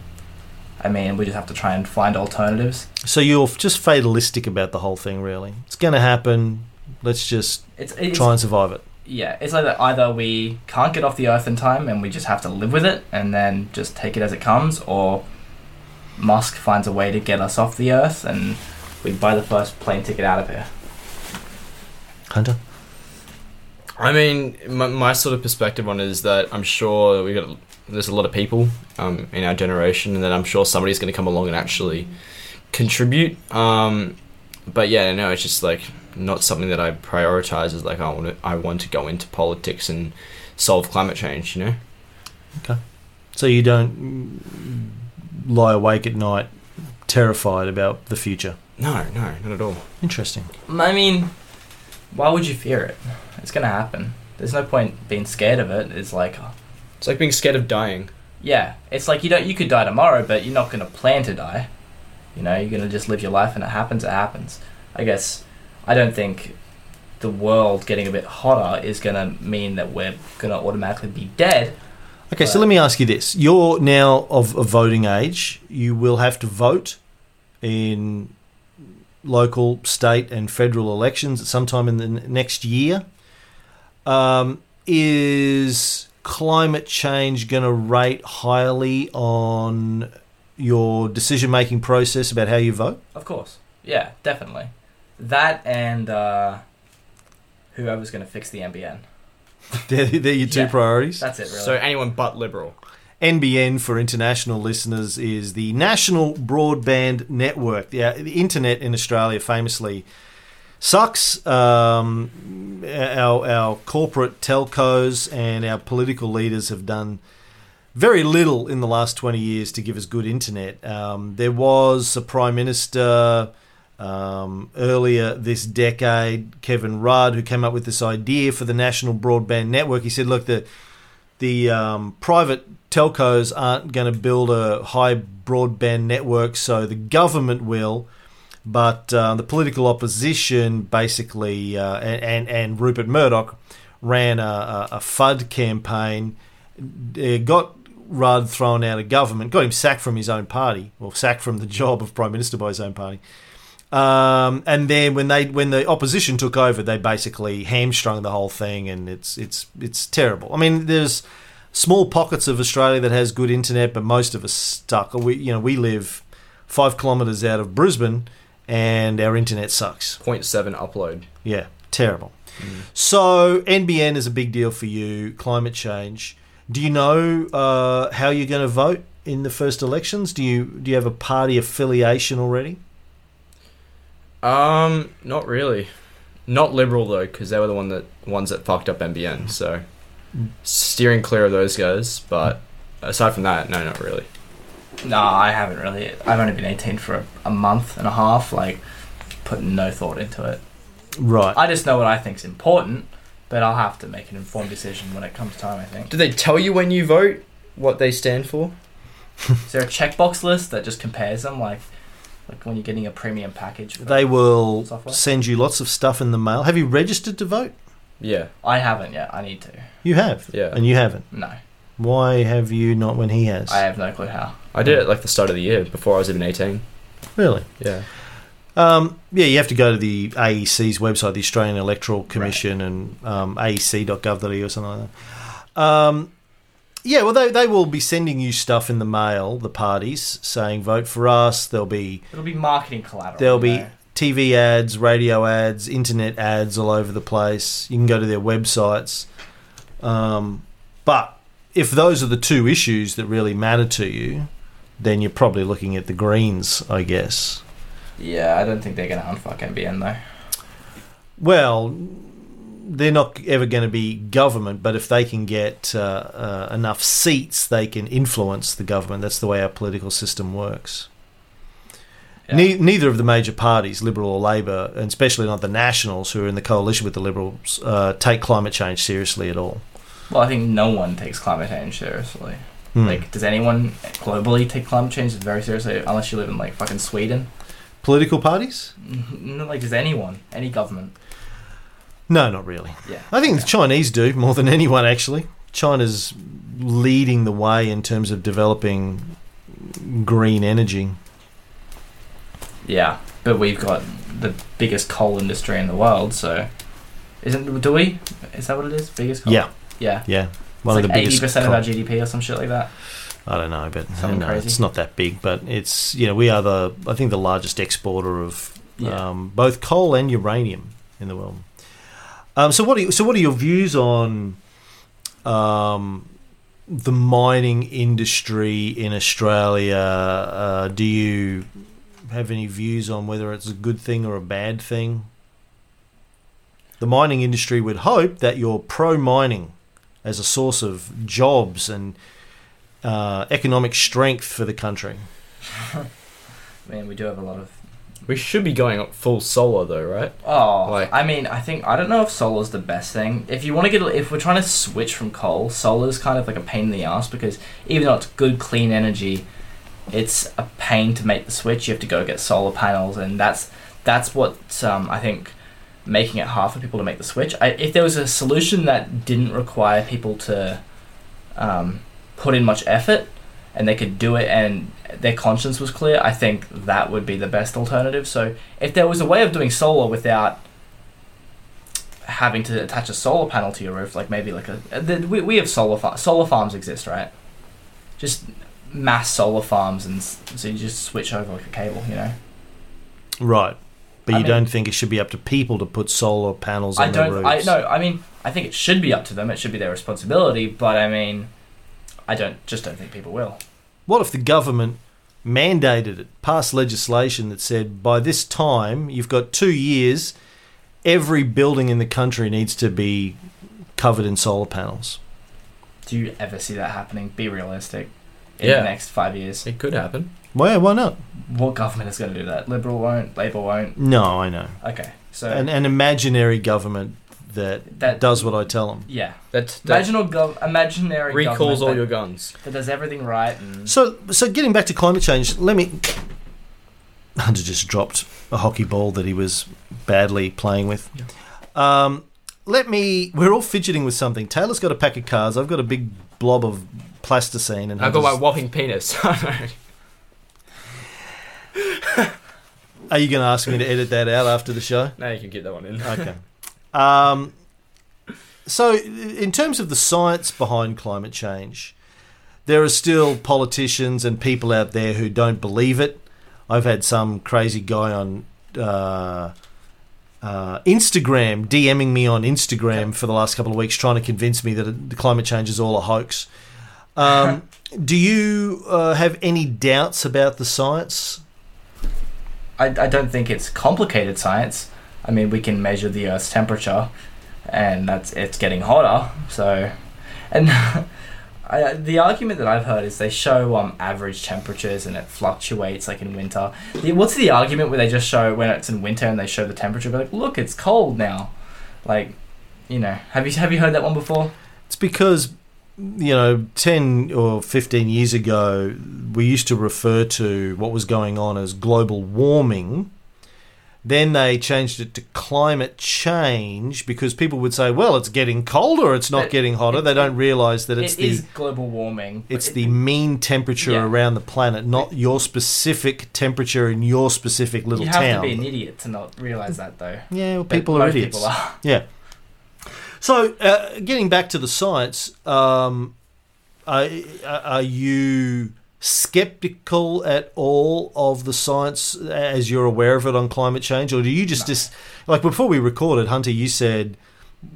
Speaker 3: I mean, we just have to try and find alternatives.
Speaker 2: So you're just fatalistic about the whole thing really. It's going to happen. Let's just
Speaker 3: It's, it's
Speaker 2: try and survive it.
Speaker 3: yeah, it's like that either we can't get off the earth in time and we just have to live with it and then just take it as it comes, or Musk finds a way to get us off the earth and we buy the first plane ticket out of here.
Speaker 2: Hunter.
Speaker 1: I mean, my, my sort of perspective on it is that I'm sure we got there's a lot of people um, in our generation, and that I'm sure somebody's going to come along and actually contribute. Um, but yeah, no, it's just like not something that I prioritize as like I want to, I want to go into politics and solve climate change. You know,
Speaker 2: So you don't mm, lie awake at night terrified about the future.
Speaker 1: no, no, not at all.
Speaker 2: Interesting.
Speaker 3: I mean, why would you fear it? It's gonna happen. There's no point being scared of it. It's like, oh,
Speaker 1: It's like being scared of dying.
Speaker 3: yeah, it's like you don't you could die tomorrow, but you're not gonna plan to die. You know, you're gonna just live your life, and it happens. It happens. I guess I don't think the world getting a bit hotter is gonna mean that we're gonna automatically be dead.
Speaker 2: Okay, so
Speaker 3: But-
Speaker 2: let me ask you this. You're now of a voting age. You will have to vote in local, state, and federal elections at some time in the n- next year. Um, is climate change going to rate highly on your decision making process about how you vote?
Speaker 3: Of course, yeah, definitely. That and uh, whoever's gonna fix the NBN.
Speaker 2: They're, they're your two
Speaker 3: Yeah.
Speaker 2: priorities.
Speaker 3: That's it, really.
Speaker 1: So anyone but liberal.
Speaker 2: NBN for international listeners is the National Broadband Network. The, uh, the internet in Australia famously sucks. Um, our, our corporate telcos and our political leaders have done very little in the last 20 years to give us good internet. Um, there was a Prime Minister um, earlier this decade, Kevin Rudd, who came up with this idea for the National Broadband Network. He said, look, the the um, private telcos aren't going to build a high broadband network, so the government will. But uh, the political opposition, basically, uh, and, and and Rupert Murdoch ran a, a, a FUD campaign, uh, got Rudd thrown out of government, got him sacked from his own party, well, sacked from the job of prime minister by his own party. Um, and then when they when the opposition took over, they basically hamstrung the whole thing, and it's it's it's terrible. I mean, there's small pockets of Australia that has good internet, but most of us stuck. We you know we live five kilometres out of Brisbane, and our internet sucks.
Speaker 1: 0.7 upload.
Speaker 2: Yeah, terrible.
Speaker 3: Mm.
Speaker 2: So NBN is a big deal for you. Climate change. Do you know uh, how you're going to vote in the first elections? Do you do you have a party affiliation already?
Speaker 1: Um, not really. Not liberal though, because they were the one that ones that fucked up NBN. So steering clear of those guys. But aside from that, no, not really.
Speaker 3: No, I haven't really. I've only been 18 for a, a month and a half, like, put no thought into it.
Speaker 2: Right.
Speaker 3: I just know what I think's important, but I'll have to make an informed decision when it comes time, I think.
Speaker 1: Do they tell you when you vote what they stand for?
Speaker 3: Is there a checkbox list that just compares them? Like, Like when you're getting a premium package. for-
Speaker 2: They will
Speaker 3: Software?
Speaker 2: send you lots of stuff in the mail. Have you registered to vote?
Speaker 1: Yeah,
Speaker 3: I haven't yet. I need to.
Speaker 2: You have.
Speaker 1: yeah.
Speaker 2: And you haven't.
Speaker 3: No,
Speaker 2: Why have you not when he has?
Speaker 3: I have no clue how.
Speaker 1: I did it like the start of the year before I was even 18.
Speaker 2: Really?
Speaker 1: Yeah.
Speaker 2: Um, yeah, you have to go to the AEC's website, the Australian Electoral Commission, and um, aec.gov.au or something like that. Um, yeah, well, they, they will be sending you stuff in the mail, the parties, saying vote for us. There'll be
Speaker 3: It'll be marketing collateral.
Speaker 2: there'll
Speaker 3: you
Speaker 2: be
Speaker 3: know.
Speaker 2: TV ads, radio ads, internet ads all over the place. You can go to their websites. Um, but if those are the two issues that really matter to you, then you're probably looking at the Greens, I guess.
Speaker 3: Yeah, I don't think they're gonna unfuck NBN though.
Speaker 2: Well, they're not ever going to be government, but if they can get uh, uh, enough seats, they can influence the government. That's the way our political system works.
Speaker 3: Yeah.
Speaker 2: Ne- neither of the major parties, Liberal or Labor, and especially not the Nationals, who are in the coalition with the Liberals, uh, take climate change seriously at all.
Speaker 3: well, I think no one takes climate change seriously.
Speaker 2: Hmm.
Speaker 3: Like, does anyone globally take climate change very seriously? Unless you live in like fucking Sweden.
Speaker 2: political parties?
Speaker 3: No, like, does anyone, any government?
Speaker 2: No, not really.
Speaker 3: Yeah.
Speaker 2: I think the Chinese do more than anyone actually. China's leading the way in terms of developing green energy.
Speaker 3: Yeah, but we've got the biggest coal industry in the world, so isn't do we? Is that what it is? Biggest coal.
Speaker 2: Yeah,
Speaker 3: Yeah.
Speaker 2: yeah.
Speaker 3: One it's like eighty percent of
Speaker 2: co-
Speaker 3: our GDP or some shit like that.
Speaker 2: I don't know, but
Speaker 3: Something
Speaker 2: no,
Speaker 3: crazy.
Speaker 2: it's not that big. But it's you know we are the I think the largest exporter of
Speaker 3: Yeah.
Speaker 2: um, both coal and uranium in the world. Um, so what are you, so what are your views on um, the mining industry in Australia? Uh, do you have any views on whether it's a good thing or a bad thing? The mining industry would hope that you're pro mining as a source of jobs and uh, economic strength for the country.
Speaker 3: I mean, we do have a lot of.
Speaker 1: We should be going up full solar though, right?
Speaker 3: Oh,
Speaker 1: Like-
Speaker 3: I mean, I think I don't know if solar's the best thing. If you want to get, if we're trying to switch from coal, solar's kind of like a pain in the ass because even though it's good clean energy, it's a pain to make the switch. You have to go get solar panels, and that's that's what um, I think making it hard for people to make the switch. I, if there was a solution that didn't require people to um, put in much effort and they could do it and their conscience was clear, I think that would be the best alternative. So if there was a way of doing solar without having to attach a solar panel to your roof, like maybe like a uh, the, we we have solar far- solar farms exist, right? Just mass solar farms, and s- so you just switch over like a cable, you know.
Speaker 2: Right. But
Speaker 3: I
Speaker 2: you
Speaker 3: mean-
Speaker 2: don't think it should be up to people to put solar panels on
Speaker 3: I
Speaker 2: their
Speaker 3: don't. I
Speaker 2: roofs?
Speaker 3: no. I mean, I think it should be up to them. It should be their responsibility. But I mean, I don't. Just don't think people will.
Speaker 2: What if the government mandated it, passed legislation that said by this time, you've got two years, every building in the country needs to be covered in solar panels?
Speaker 3: Do you ever see that happening? Be realistic. In
Speaker 1: Yeah.
Speaker 3: the next five years,
Speaker 1: It could happen.
Speaker 2: Why, why not?
Speaker 3: what government is going to do that? Liberal won't. Labour won't.
Speaker 2: No, I know.
Speaker 3: Okay. So
Speaker 2: An, an imaginary government that,
Speaker 3: Uh, that
Speaker 2: does what I tell them.
Speaker 3: Yeah.
Speaker 1: That, that
Speaker 3: Imaginal gov- imaginary
Speaker 1: recalls
Speaker 3: government
Speaker 1: all
Speaker 3: that-
Speaker 1: your guns.
Speaker 3: that does everything right and
Speaker 2: So, so getting back to climate change, let me. Hunter just dropped a hockey ball that he was badly playing with. Um, let me. We're all fidgeting with something. Taylor's got a pack of cards. I've got a big blob of plasticine, and
Speaker 1: I've got my
Speaker 2: Hunter's-
Speaker 1: whopping penis.
Speaker 2: are you going to ask me to edit that out after the show?
Speaker 1: now you can get that one in.
Speaker 2: Okay. Um, so, in terms of the science behind climate change, there are still politicians and people out there who don't believe it. I've had some crazy guy on uh, uh, Instagram DMing me on Instagram for the last couple of weeks trying to convince me that the climate change is all a hoax. Um, do you uh, have any doubts about the science?
Speaker 3: I, I don't think it's complicated science i mean we can measure the earth's temperature and that's it's getting hotter so and I, the argument that i've heard is they show um, average temperatures and it fluctuates like in winter The- what's the argument where they just show when it's in winter and they show the temperature but like look it's cold now like you know have you have you heard that one before
Speaker 2: It's because you know, 10 or 15 years ago, we used to refer to what was going on as global warming. Then they changed it to climate change because people would say, well, it's getting colder, it's not
Speaker 3: But
Speaker 2: getting hotter.
Speaker 3: it-
Speaker 2: They don't realize that
Speaker 3: It
Speaker 2: it's
Speaker 3: is
Speaker 2: the
Speaker 3: global warming. but
Speaker 2: it's
Speaker 3: it-
Speaker 2: the mean temperature
Speaker 3: Yeah.
Speaker 2: around the planet, not your specific temperature in your specific little
Speaker 3: you have
Speaker 2: town.
Speaker 3: to be an idiot to not realize that though.
Speaker 2: yeah, well,
Speaker 3: But
Speaker 2: people are
Speaker 3: most
Speaker 2: idiots.
Speaker 3: People are.
Speaker 2: Yeah. So, uh, getting back to the science, um, are, are you skeptical at all of the science as you're aware of it on climate change, or do you just
Speaker 3: No.
Speaker 2: dis- like before we recorded, Hunter? You said,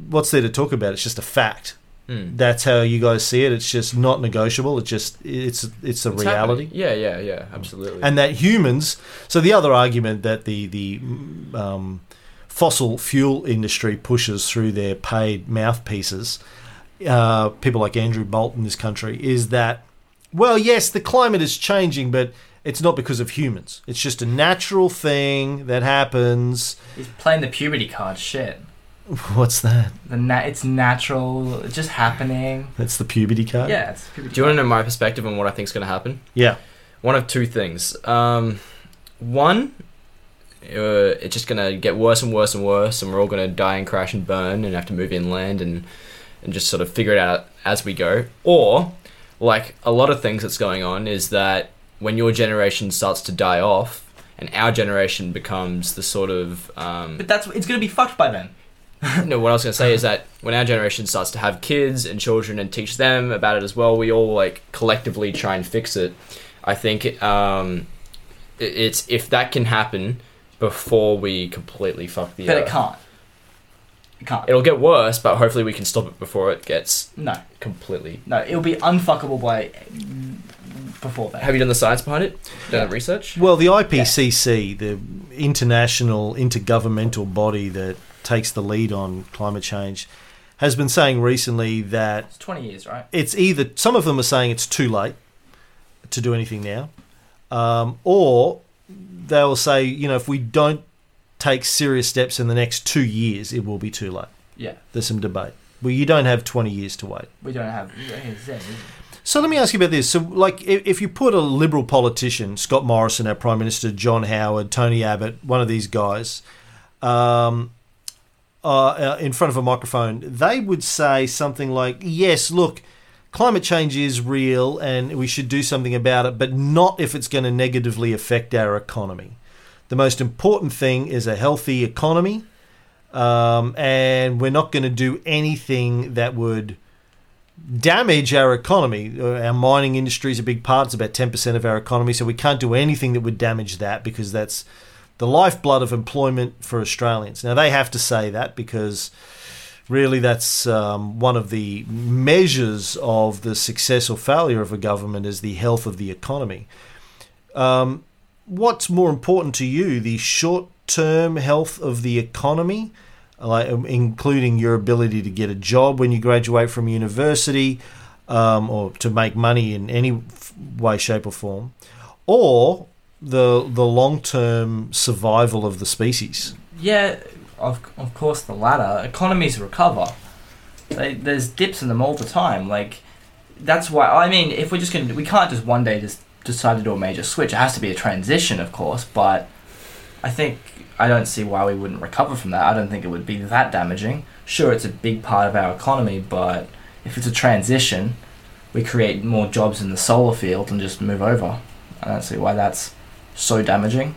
Speaker 2: "What's there to talk about? It's just a fact.
Speaker 1: Mm.
Speaker 2: That's how you guys see it. It's just not negotiable. It's just it's it's a
Speaker 1: It's
Speaker 2: reality."
Speaker 1: happening. Yeah, yeah, yeah, absolutely.
Speaker 2: and that humans. So the other argument that the the um, fossil fuel industry pushes through their paid mouthpieces, uh, people like Andrew Bolt in this country, is that well, yes, the climate is changing, but it's not because of humans. It's just a natural thing that happens.
Speaker 3: He's playing the puberty card. Shit.
Speaker 2: What's that?
Speaker 3: The na- it's natural. It's just happening.
Speaker 2: That's the puberty card.
Speaker 3: Yeah. It's puberty
Speaker 1: Do you want to know my perspective on what I think's going to happen?
Speaker 2: Yeah.
Speaker 1: One of two things. Um, one, uh, it's just going to get worse and worse and worse, and we're all going to die and crash and burn and have to move inland and, and just sort of figure it out as we go. Or, like a lot of things that's going on, is that when your generation starts to die off, and our generation becomes the sort of um,
Speaker 3: But that's it's gonna be fucked by then.
Speaker 1: no, what I was going to say is that when our generation starts to have kids and children and teach them about it as well, we all like collectively try and fix it. I think um, i- it's if that can happen before we completely fuck the
Speaker 3: But it
Speaker 1: earth.
Speaker 3: can't. It can't.
Speaker 1: It'll get worse, but hopefully we can stop it before it gets
Speaker 3: no,
Speaker 1: completely.
Speaker 3: no. It'll be unfuckable by before that.
Speaker 1: Have you done the science behind it? Done
Speaker 3: Yeah.
Speaker 1: the research?
Speaker 2: Well, the IPCC, the international intergovernmental body that takes the lead on climate change, has been saying recently that
Speaker 3: It's twenty years, right?
Speaker 2: it's either some of them are saying it's too late to do anything now, um, or they'll say, you know, if we don't take serious steps in the next two years, it will be too late.
Speaker 3: Yeah.
Speaker 2: There's some debate. Well, you don't have 20 years to wait.
Speaker 3: We don't have. we don't have Zen, is it?
Speaker 2: So let me ask you about this. So, like, i- if you put a liberal politician, Scott Morrison, our prime minister, John Howard, Tony Abbott, one of these guys, um, uh, uh, in front of a microphone, they would say something like, "Yes, look, climate change is real, and we should do something about it, but not if it's going to negatively affect our economy. The most important thing is a healthy economy, um, and we're not going to do anything that would." damage our economy. Uh, Our mining industry is a big part; it's about ten percent of our economy. So we can't do anything that would damage that because that's the lifeblood of employment for Australians. Now they have to say that because really that's um, one of the measures of the success or failure of a government is the health of the economy. Um, what's more important to you, the short-term health of the economy? like um, including your ability to get a job when you graduate from university um, or to make money in any f- way shape or form or the the long-term survival of the species
Speaker 3: Yeah, of of course the latter. Economies recover. They, there's dips in them all the time. Like that's why I mean, if we're just gonna, we can't just one day just decide to do a major switch. It has to be a transition, of course. But I think I don't see why we wouldn't recover from that. I don't think it would be that damaging. Sure, it's a big part of our economy, but if it's a transition, we create more jobs in the solar field and just move over. I don't see why that's so damaging.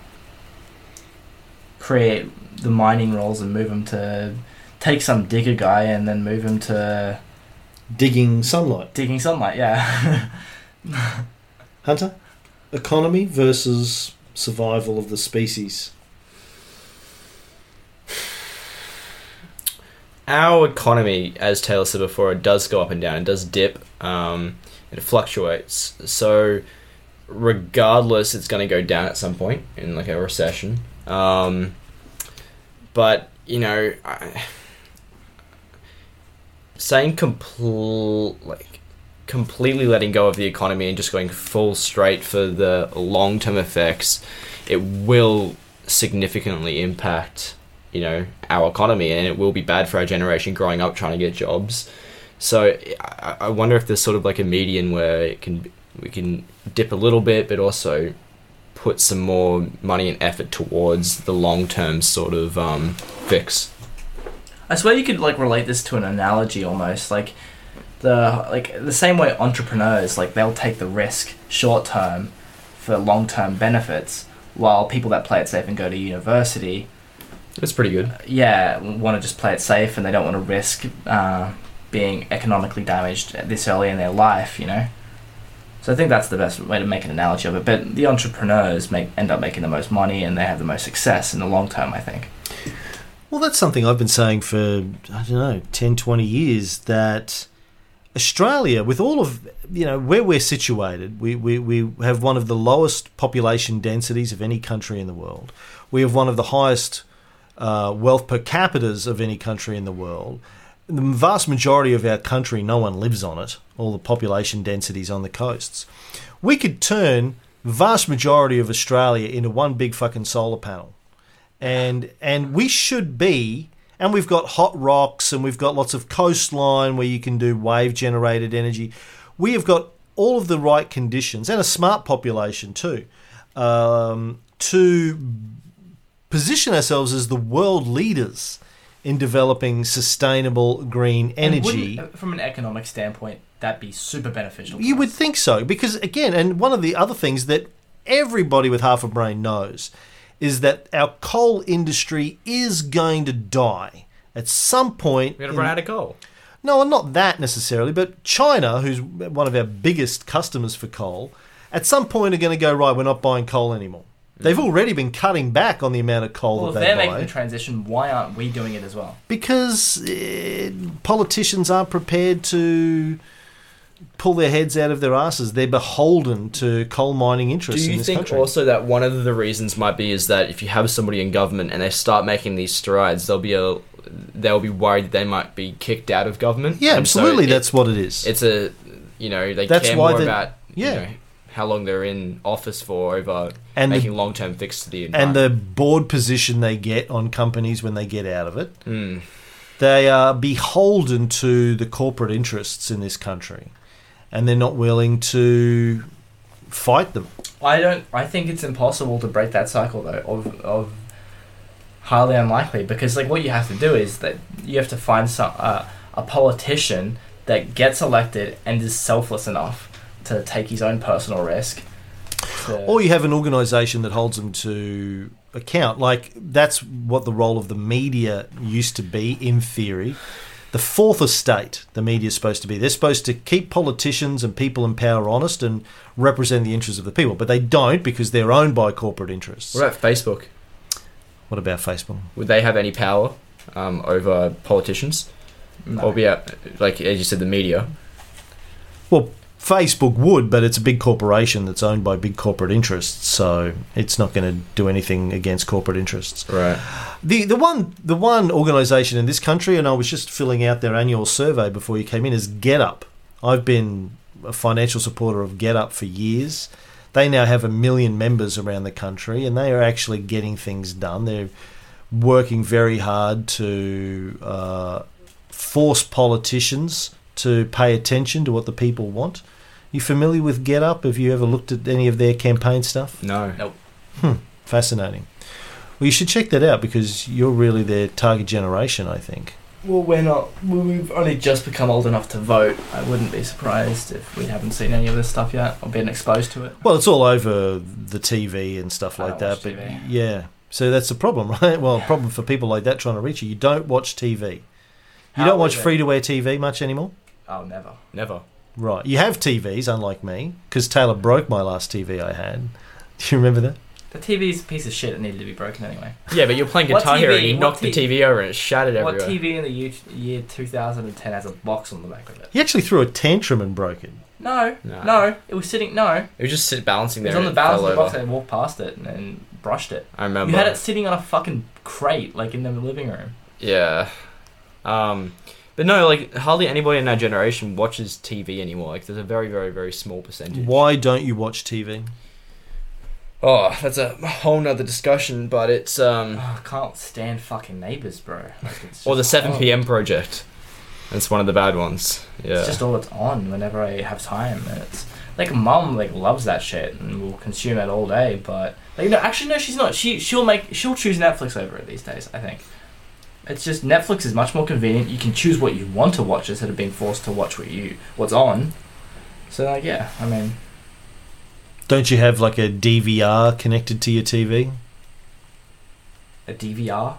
Speaker 3: Create the mining roles and move him to take some digger guy and then move him to
Speaker 2: digging sunlight
Speaker 3: digging sunlight. Yeah,
Speaker 2: hunter economy versus survival of the species
Speaker 1: our economy, as Taylor said before, it does go up and down. It does dip. Um, and it fluctuates. So, regardless, it's going to go down at some point in like a recession. Um, but you know, I, saying compl- like completely letting go of the economy and just going full straight for the long term effects, it will significantly impact you know our economy and it will be bad for our generation growing up trying to get jobs So I, I wonder if there's sort of like a median where it can we can dip a little bit, but also put some more money and effort towards the long term sort of um, fix.
Speaker 3: I swear you could like relate this to an analogy almost, like the like the same way entrepreneurs like they'll take the risk short term for long term benefits, while people that play it safe and go to university,
Speaker 1: It's pretty good.
Speaker 3: yeah, want to just play it safe and they don't want to risk uh, being economically damaged at this early in their life, you know. So I think that's the best way to make an analogy of it. But the entrepreneurs make end up making the most money and they have the most success in the long term. I think.
Speaker 2: Well, that's something I've been saying for, I don't know, 10, 20 years that Australia, with all of, you know, where we're situated, we, we, we have one of the lowest population densities of any country in the world. We have one of the highest uh, wealth per capitas of any country in the world. The vast majority of our country, no one lives on it. All the population densities on the coasts. We could turn vast majority of Australia into one big fucking solar panel and and we should be and we've got hot rocks and we've got lots of coastline where you can do wave generated energy we have got all of the right conditions and a smart population too um, to position ourselves as the world leaders in developing sustainable green energy
Speaker 3: uh, from an economic standpoint, that'd be super beneficial.
Speaker 2: you would think so, because again, and one of the other things that everybody with half a brain knows is that our coal industry is going to die at some point.
Speaker 1: We're gonna
Speaker 2: in-
Speaker 1: run out of coal.
Speaker 2: no, not that necessarily, but China, who's one of our biggest customers for coal, at some point are going to go right. We're not buying coal anymore. They've already been cutting back on the amount of coal
Speaker 3: Mm. Well, if
Speaker 2: that they
Speaker 3: they're
Speaker 2: buy
Speaker 3: making the transition, why aren't we doing it as well?
Speaker 2: because eh, politicians aren't prepared to pull their heads out of their asses. They're beholden to coal mining interests
Speaker 1: Do
Speaker 2: in
Speaker 1: you
Speaker 2: this
Speaker 1: think
Speaker 2: country.
Speaker 1: also that one of the reasons might be is that if you have somebody in government and they start making these strides, they'll be a they'll be worried they might be kicked out of government.
Speaker 2: yeah,
Speaker 1: And so
Speaker 2: absolutely.
Speaker 1: it-
Speaker 2: that's what it is.
Speaker 1: it's a you know they
Speaker 2: That's
Speaker 1: care
Speaker 2: why
Speaker 1: more
Speaker 2: they-
Speaker 1: about
Speaker 2: yeah.
Speaker 1: you know, how long they're in office for over
Speaker 2: And the-
Speaker 1: making long term fix to
Speaker 2: and
Speaker 1: the environment.
Speaker 2: the board position they get on companies when they get out of it,
Speaker 1: Mm.
Speaker 2: they are beholden to the corporate interests in this country, and they're not willing to fight them.
Speaker 3: I don't. I think it's impossible to break that cycle though. Of of highly unlikely because like what you have to do is that you have to find some uh, a politician that gets elected and is selfless enough to take his own personal risk. to-
Speaker 2: Or you have an organisation that holds them to account. Like that's what the role of the media used to be in theory. The fourth estate, the media is supposed to be. They're supposed to keep politicians and people in power honest and represent the interests of the people, but they don't because they're owned by corporate interests.
Speaker 1: what about Facebook?
Speaker 2: What about Facebook?
Speaker 1: Would they have any power um, over politicians?
Speaker 3: No.
Speaker 1: Or yeah, like as you said, the media.
Speaker 2: Well, Facebook would, but it's a big corporation that's owned by big corporate interests, so it's not going to do anything against corporate interests.
Speaker 1: Right.
Speaker 2: The the one the one organisation in this country, and I was just filling out their annual survey before you came in, is GetUp. I've been a financial supporter of GetUp for years. They now have a million members around the country, and they are actually getting things done. They're working very hard to uh, force politicians to pay attention to what the people want. You familiar with GetUp? Have you ever looked at any of their campaign stuff?
Speaker 1: No.
Speaker 2: Fascinating. Well, you should check that out because you're really their target generation, I think.
Speaker 3: Well, we're not. well, We've only just become old enough to vote. I wouldn't be surprised if we haven't seen any of this stuff yet or been exposed to it.
Speaker 2: Well, it's all over the TV and stuff
Speaker 3: I
Speaker 2: like
Speaker 3: don't
Speaker 2: that.
Speaker 3: watch
Speaker 2: But
Speaker 3: TV.
Speaker 2: yeah, so that's the problem, right? Well, problem for people like that trying to reach you. You don't watch TV. You
Speaker 3: How
Speaker 2: don't watch
Speaker 3: is it?
Speaker 2: free to air TV much anymore,
Speaker 3: Oh, never.
Speaker 1: Never.
Speaker 2: right? You have TVs, unlike me, because Taylor broke my last TV I had. Do you remember that?
Speaker 3: The TV's a piece of shit. It needed to be broken anyway.
Speaker 1: Yeah, but you're playing
Speaker 3: What
Speaker 1: Guitar Hero and
Speaker 3: TV?
Speaker 1: you
Speaker 3: What
Speaker 1: knocked the
Speaker 3: T-
Speaker 1: TV over and it shattered
Speaker 3: What
Speaker 1: everywhere.
Speaker 3: TV in the year- year 2010 has a box on the back of it?
Speaker 2: He actually threw a tantrum and broke it.
Speaker 3: No,
Speaker 1: Nah.
Speaker 3: no, it was sitting. No,
Speaker 1: It was just sit balancing
Speaker 3: it
Speaker 1: there.
Speaker 3: was on the
Speaker 1: and it fell
Speaker 3: balance of the box.
Speaker 1: over.
Speaker 3: I walked past it and, and brushed it.
Speaker 1: I remember.
Speaker 3: You had it sitting on a fucking crate, like in the living room.
Speaker 1: Yeah. Um, but no, like hardly anybody in our generation watches TV anymore. Like there's a very, very, very small percentage.
Speaker 2: Why don't you watch TV?
Speaker 1: Oh, that's a whole nother discussion, but it's um
Speaker 3: Oh, I can't stand fucking neighbors, bro. Like, it's
Speaker 1: or the
Speaker 3: just
Speaker 1: seven
Speaker 3: horrible.
Speaker 1: PM project. It's one of the bad ones. Yeah.
Speaker 3: It's just all that's on whenever I have time. And it's like mum like loves that shit and will consume it all day. But like no, actually no, she's not. She she'll make she'll choose Netflix over it these days. I think it's just Netflix is much more convenient. You can choose what you want to watch instead of being forced to watch what you what's on. So like yeah, I mean
Speaker 2: Don't you have like a DVR connected to your TV?
Speaker 3: a DVR.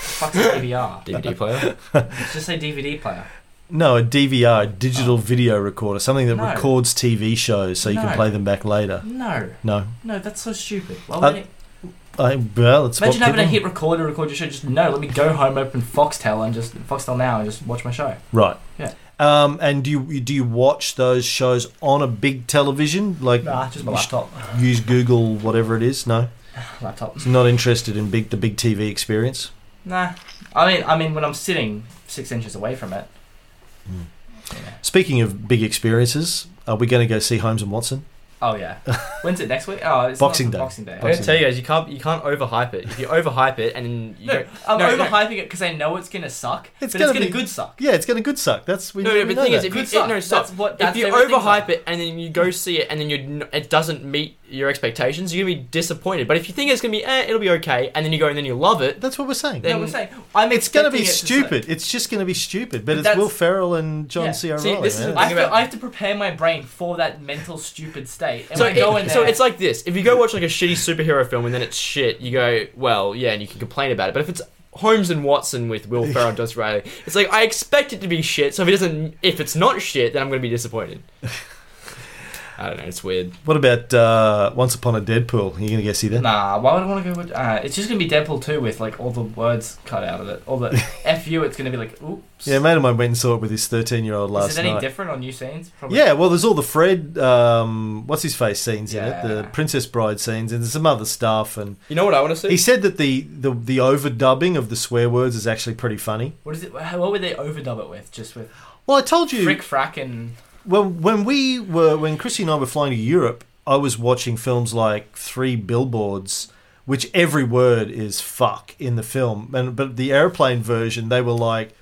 Speaker 3: Fuck's a DVR?
Speaker 1: DVD player.
Speaker 3: Let's just say DVD player.
Speaker 2: No, a DVR, a digital video recorder, something that
Speaker 3: No.
Speaker 2: records TV shows so you can
Speaker 3: No.
Speaker 2: play them back later.
Speaker 3: No,
Speaker 2: No,
Speaker 3: no, that's so stupid. Why
Speaker 2: Uh,
Speaker 3: would it-
Speaker 2: I, well, it's
Speaker 3: Imagine
Speaker 2: what
Speaker 3: having to
Speaker 2: people-
Speaker 3: hit record and record your show. Just no, let me go home, open Foxtel, and just Foxtel now, and just watch my show.
Speaker 2: right.
Speaker 3: Yeah.
Speaker 2: Um, and do you you- do you watch those shows on a big television? Like
Speaker 3: Nah, just my
Speaker 2: you should
Speaker 3: laptop.
Speaker 2: use Google, whatever it is. No,
Speaker 3: Laptop.
Speaker 2: so not interested in big the big TV experience.
Speaker 3: Nah. I mean, I mean, when I'm sitting six inches away from it.
Speaker 2: Mm.
Speaker 3: Yeah.
Speaker 2: Speaking of big experiences, are we going to go see Holmes and Watson?
Speaker 3: Oh yeah. When's it next week? Oh, it's not
Speaker 2: Boxing
Speaker 3: until
Speaker 2: Day.
Speaker 3: Boxing Day.
Speaker 1: I'm gonna tell you guys, you can't you can't overhype it. If you overhype it and then you
Speaker 3: No,
Speaker 1: go,
Speaker 3: I'm
Speaker 1: No, no.
Speaker 3: overhyping it because I know it's gonna suck.
Speaker 2: It's
Speaker 3: but
Speaker 2: gonna
Speaker 3: it's gonna
Speaker 2: be-
Speaker 3: good suck.
Speaker 2: Yeah, it's going to good suck. That's we
Speaker 1: no,
Speaker 2: we
Speaker 1: no, but the
Speaker 2: know
Speaker 1: thing is,
Speaker 2: that.
Speaker 1: if you
Speaker 3: Good suck.
Speaker 1: it, no stop.
Speaker 3: That's what.
Speaker 1: if
Speaker 3: That's
Speaker 1: you
Speaker 3: everything
Speaker 1: overhype
Speaker 3: sucks.
Speaker 1: it and then you go see it and then you it doesn't meet your expectations, you're gonna be disappointed. But if you think it's gonna be, eh, it'll be okay, and then you go and then you love it.
Speaker 2: that's what we're saying.
Speaker 1: Then-
Speaker 3: no, we're saying I'm
Speaker 2: it's going
Speaker 3: expecting
Speaker 2: to be
Speaker 3: it suck.
Speaker 2: stupid. It's just going to be stupid. But,
Speaker 3: But
Speaker 2: it's Will
Speaker 3: that's-
Speaker 2: Ferrell and John
Speaker 3: Yeah.
Speaker 2: C. R.
Speaker 1: See,
Speaker 2: Riley.
Speaker 1: this is
Speaker 2: yeah.
Speaker 1: the
Speaker 3: I have,
Speaker 1: Think
Speaker 3: to,
Speaker 1: about-
Speaker 3: I have to prepare my brain for that mental stupid state. And
Speaker 1: So,
Speaker 3: when I go in
Speaker 1: it, so
Speaker 3: there-
Speaker 1: it's like this: if you go watch like a shitty superhero film and then it's shit, you go, well, yeah, and you can complain about it. But if it's Holmes and Watson with Will Ferrell and Josh Riley, it's like I expect it to be shit. So if it doesn't, if it's not shit, then I'm gonna be disappointed. I don't know. It's weird.
Speaker 2: What about uh, Once Upon a Deadpool? Are you going to go see that?
Speaker 3: Nah, why would I want to go with? Uh, it's just gonna be Deadpool two with like all the words cut out of it. All the fu. It's gonna be like, oops.
Speaker 2: Yeah, a mate of mine went and saw it with his 13 year old last
Speaker 3: Is it any
Speaker 2: night.
Speaker 3: different on new scenes?
Speaker 2: yeah, well, there's all the Fred, um, what's his face scenes in it, the
Speaker 3: Yeah.
Speaker 2: Princess Bride scenes, and there's some other stuff. And
Speaker 1: You know what I want to see?
Speaker 2: he said that the, the the overdubbing of the swear words is actually pretty funny.
Speaker 3: What is it? how- What would they overdub it with? Just with
Speaker 2: Well, I told you
Speaker 3: frick frack and
Speaker 2: Well, when we were when Chrissy and I were flying to Europe, I was watching films like Three Billboards, which every word is fuck in the film, and but the airplane version they were like,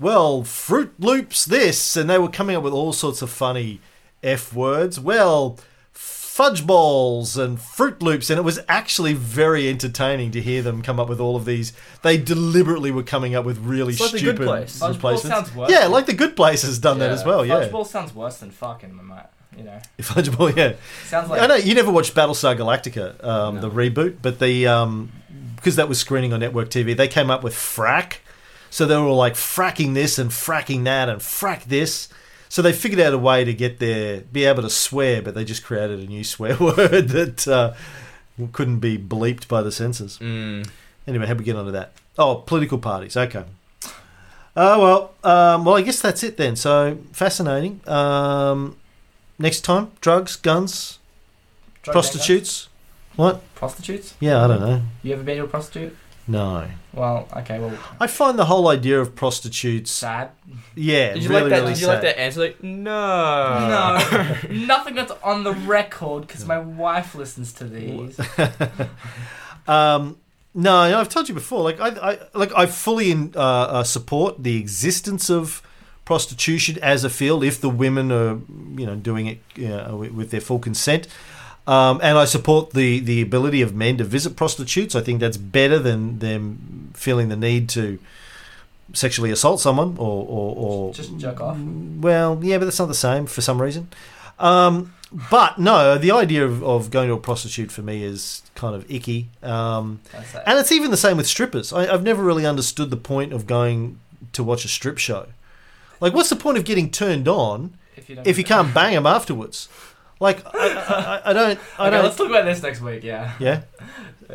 Speaker 2: well, Fruit Loops this, and they were coming up with all sorts of funny f words. Well. Fudge balls and Fruit Loops, and it was actually very entertaining to hear them come up with all of these. They deliberately were coming up with really
Speaker 1: It's like The Good
Speaker 2: stupid
Speaker 1: Place.
Speaker 3: Fudge ball
Speaker 2: replacements.
Speaker 3: sounds worse.
Speaker 2: Yeah, like the Good Place has done that
Speaker 1: Yeah.
Speaker 2: as well. Yeah,
Speaker 3: Fudgeball sounds worse than fucking, my mate. You know,
Speaker 2: Fungible, yeah.
Speaker 3: sounds
Speaker 2: I know
Speaker 3: like
Speaker 2: you never watched Battlestar Galactica, um,
Speaker 1: No.
Speaker 2: the reboot, but the um, because that was screening on network TV, they came up with frack. So they were all like fracking this and fracking that and frack this. So they figured out a way to get their be able to swear, but they just created a new swear word that uh, couldn't be bleeped by the censors.
Speaker 1: Mm.
Speaker 2: Anyway, how we get onto that? Oh, political parties. Okay. Oh well, um, well I guess that's it then. So fascinating. Um, next time, drugs, guns,
Speaker 3: drug
Speaker 2: prostitutes.
Speaker 3: dealer. Prostitutes?
Speaker 2: Yeah, I don't know.
Speaker 3: You ever been to a prostitute?
Speaker 2: No,
Speaker 3: Well, okay, well,
Speaker 2: I find the whole idea of prostitutes.
Speaker 3: sad.
Speaker 2: Yeah,
Speaker 1: Did you
Speaker 2: really,
Speaker 1: like that?
Speaker 2: really
Speaker 1: Did you like
Speaker 2: sad.
Speaker 1: that answer? Like, no,
Speaker 2: Uh.
Speaker 3: no, nothing that's on the record because my wife listens to these.
Speaker 2: Um, no, I've told you before. Like I, I like I fully in, uh, uh, support the existence of prostitution as a field if the women are you know doing it you know, with, with their full consent. Um, and I support the, the ability of men to visit prostitutes. I think that's better than them feeling the need to sexually assault someone or or, or
Speaker 3: Just jerk off.
Speaker 2: Well, yeah, but that's not the same for some reason. Um, but no, the idea of, of going to a prostitute for me is kind of icky. Um,
Speaker 3: That's it.
Speaker 2: and it's even the same with strippers. I, I've never really understood the point of going to watch a strip show. Like, what's the point of getting turned on
Speaker 3: If you don't,
Speaker 2: if you can't bang them afterwards? Like, I, I, I don't. I
Speaker 3: okay,
Speaker 2: don't.
Speaker 3: let's talk about this next week. Yeah.
Speaker 2: yeah,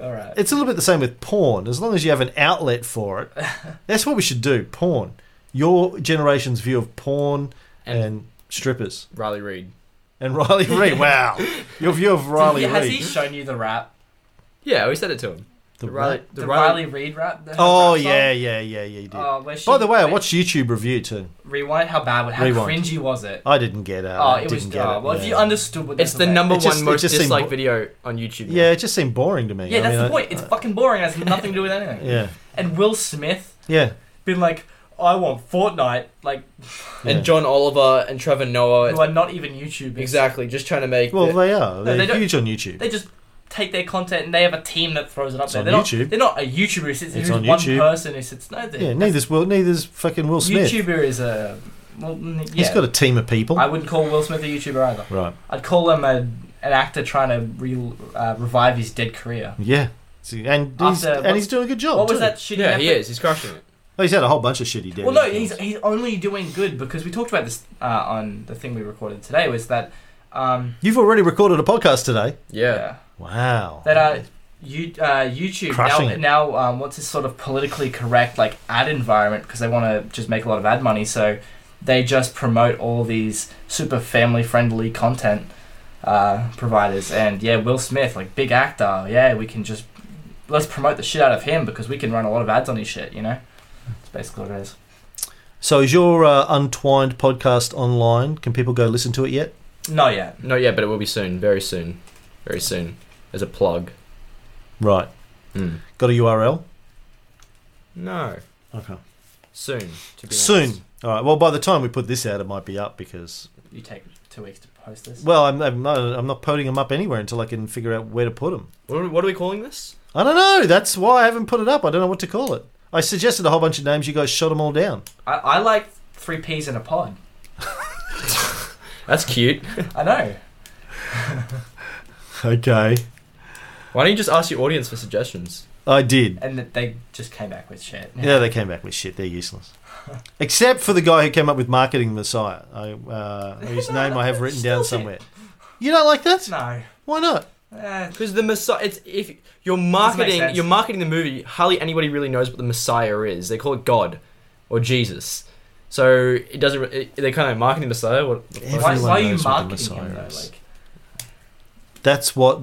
Speaker 3: All right.
Speaker 2: it's a little bit the same with porn. As long as you have an outlet for it, that's what we should do. Porn. Your generation's view of porn
Speaker 1: And-
Speaker 2: and strippers.
Speaker 1: Riley Reed.
Speaker 2: And Riley Reid. Wow, your view of Riley
Speaker 3: Did he- has
Speaker 2: Reid.
Speaker 3: he shown you the rap?
Speaker 1: Yeah, we said it to him.
Speaker 2: The what?
Speaker 3: The, Riley, Reid rap? The
Speaker 2: Oh
Speaker 3: rap song?
Speaker 2: yeah, yeah, yeah, yeah. You did.
Speaker 3: Oh, where she-
Speaker 2: By the way, I
Speaker 3: where-
Speaker 2: watched YouTube review too.
Speaker 3: Rewind. How bad? How
Speaker 2: Rewind.
Speaker 3: cringy was it?
Speaker 2: I didn't get out.
Speaker 3: Oh, it
Speaker 2: I Uh, didn't
Speaker 3: was
Speaker 2: get
Speaker 3: dumb. Well, if
Speaker 2: yeah.
Speaker 3: you understood what
Speaker 1: It's
Speaker 3: this
Speaker 1: the
Speaker 3: was
Speaker 1: number
Speaker 2: It just-
Speaker 1: one
Speaker 2: it
Speaker 1: most
Speaker 2: just seemed
Speaker 1: disliked
Speaker 2: bo-
Speaker 1: video on YouTube. now.
Speaker 2: Yeah, it just seemed boring to me.
Speaker 3: about. Yeah,
Speaker 2: I
Speaker 3: that's
Speaker 2: mean,
Speaker 3: the
Speaker 2: I-
Speaker 3: point. It's
Speaker 2: I-
Speaker 3: fucking boring. It has nothing to do with anything.
Speaker 2: yeah,
Speaker 3: And Will Smith
Speaker 2: yeah.
Speaker 3: been like, I want Fortnite, like
Speaker 2: Yeah.
Speaker 1: And John Oliver and Trevor Noah.
Speaker 3: who are not even YouTubers.
Speaker 1: exactly, just trying to make.
Speaker 2: Well, they are. They're
Speaker 3: they don't-
Speaker 2: huge on YouTube.
Speaker 3: They just take their content and they have a team that throws it up
Speaker 2: It's
Speaker 3: there.
Speaker 2: on
Speaker 3: they're
Speaker 2: YouTube.
Speaker 3: not they're not a YouTuber who sits
Speaker 2: It's
Speaker 3: who's
Speaker 2: on
Speaker 3: one
Speaker 2: YouTube.
Speaker 3: person who sits no they're-
Speaker 2: yeah, neither's Will. Neither's fucking Will Smith.
Speaker 3: YouTuber is a well mm, yeah.
Speaker 2: He's got a team of people.
Speaker 3: I wouldn't call Will Smith a YouTuber either.
Speaker 2: right.
Speaker 3: I'd call him a, an actor trying to re, uh, revive his dead career.
Speaker 2: Yeah. See, and he's,
Speaker 3: After-
Speaker 2: and
Speaker 3: what-
Speaker 2: he's doing a good job.
Speaker 3: what was
Speaker 2: too.
Speaker 3: that shit?
Speaker 1: yeah, he is. He's crushing it.
Speaker 2: Well, he's had a whole bunch of shit he did.
Speaker 3: Well, no, he's, he's only doing good because we talked about this uh, on the thing we recorded today was that um,
Speaker 2: You've already recorded a podcast today.
Speaker 1: Yeah.
Speaker 2: Wow.
Speaker 3: that uh, you, uh, YouTube
Speaker 2: Crushing
Speaker 3: now,
Speaker 2: it.
Speaker 3: now um, wants this sort of politically correct like ad environment because they want to just make a lot of ad money, so they just promote all these super family friendly content uh, providers. And yeah, Will Smith, like big actor, yeah, we can just let's promote the shit out of him because we can run a lot of ads on his shit, you know. That's basically what it is.
Speaker 2: So is your uh, Untwined podcast online? Can people go listen to it yet?
Speaker 3: Not yet.
Speaker 1: No, yeah, but it will be soon. Very soon. Very soon. As a plug.
Speaker 2: Right.
Speaker 1: Mm.
Speaker 2: Got a URL?
Speaker 1: No.
Speaker 2: Okay.
Speaker 1: Soon. To be
Speaker 2: Soon.
Speaker 1: honest.
Speaker 2: All right. Well, by the time we put this out, it might be up because
Speaker 3: You take two weeks to post this.
Speaker 2: well, I'm I'm not, I'm not putting them up anywhere until I can figure out where to put them.
Speaker 1: What are, what are we calling this?
Speaker 2: I don't know. That's why I haven't put it up. I don't know what to call it. I suggested a whole bunch of names. You guys shot them all down.
Speaker 3: I, I like three peas in a pod.
Speaker 1: That's cute.
Speaker 3: I know.
Speaker 2: Okay.
Speaker 1: Why don't you just ask your audience for suggestions?
Speaker 2: I did.
Speaker 3: And that they just came back with shit.
Speaker 2: Yeah, they came back with shit. They're useless. Except for the guy who came up with marketing messiah. I, uh, whose name I have written down
Speaker 3: Stop
Speaker 2: somewhere. You don't like that?
Speaker 3: No.
Speaker 2: Why not?
Speaker 3: Eh,
Speaker 1: Because the Messiah, it's if you're
Speaker 3: sense.
Speaker 1: marketing, you're marketing the movie. Hardly anybody really knows what the Messiah is. They call it God or Jesus. So it doesn't. re- It, they kind of marketing Messiah. What, the fuck?
Speaker 3: why, why
Speaker 2: Everyone
Speaker 3: are you
Speaker 2: knows what the
Speaker 3: marketing him
Speaker 2: Messiah
Speaker 3: though?
Speaker 2: is.
Speaker 3: Like,
Speaker 2: That's what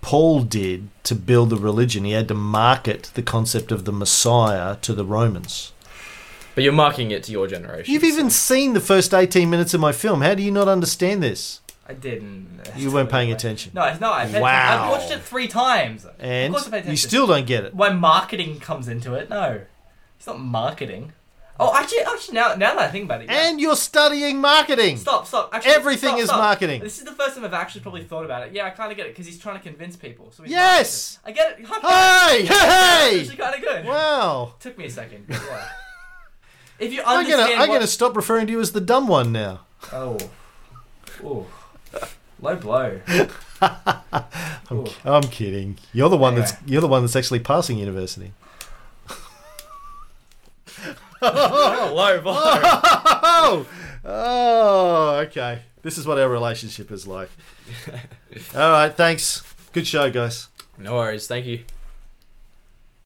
Speaker 2: Paul did to build a religion. He had to market the concept of the messiah to the Romans.
Speaker 1: But you're marketing it to your generation.
Speaker 2: You've even seen the first 18 minutes of my film. How do you not understand this?
Speaker 3: I didn't.
Speaker 2: You weren't paying attention.
Speaker 3: No, no. I paid
Speaker 2: Wow.
Speaker 3: I've watched it three times.
Speaker 2: And
Speaker 3: of course I paid attention.
Speaker 2: you still don't get it.
Speaker 3: When marketing comes into it, no, it's not marketing. Oh, actually, actually, now now that I think about it, yeah.
Speaker 2: And you're studying marketing.
Speaker 3: stop, stop. Actually,
Speaker 2: Everything
Speaker 3: stop,
Speaker 2: is
Speaker 3: stop.
Speaker 2: marketing.
Speaker 3: This is the first time I've actually probably thought about it. Yeah, I kind of get it because he's trying to convince people. So he's
Speaker 2: Yes!
Speaker 3: marketing. I get it.
Speaker 2: Hey! Hey!
Speaker 3: Actually, kind of good.
Speaker 2: Wow.
Speaker 3: Took me a second. But yeah. if you
Speaker 2: I'm
Speaker 3: understand,
Speaker 2: gonna, I'm
Speaker 3: what-
Speaker 2: gonna stop referring to you as the dumb one now.
Speaker 3: Oh. Ooh. Low blow. Ooh.
Speaker 2: I'm kidding. You're the one
Speaker 3: Anyway.
Speaker 2: that's you're the one that's actually passing university.
Speaker 1: oh, low blow.
Speaker 2: Oh, oh, okay. This is what our relationship is like. All right, thanks. Good show, guys.
Speaker 1: No worries. Thank you.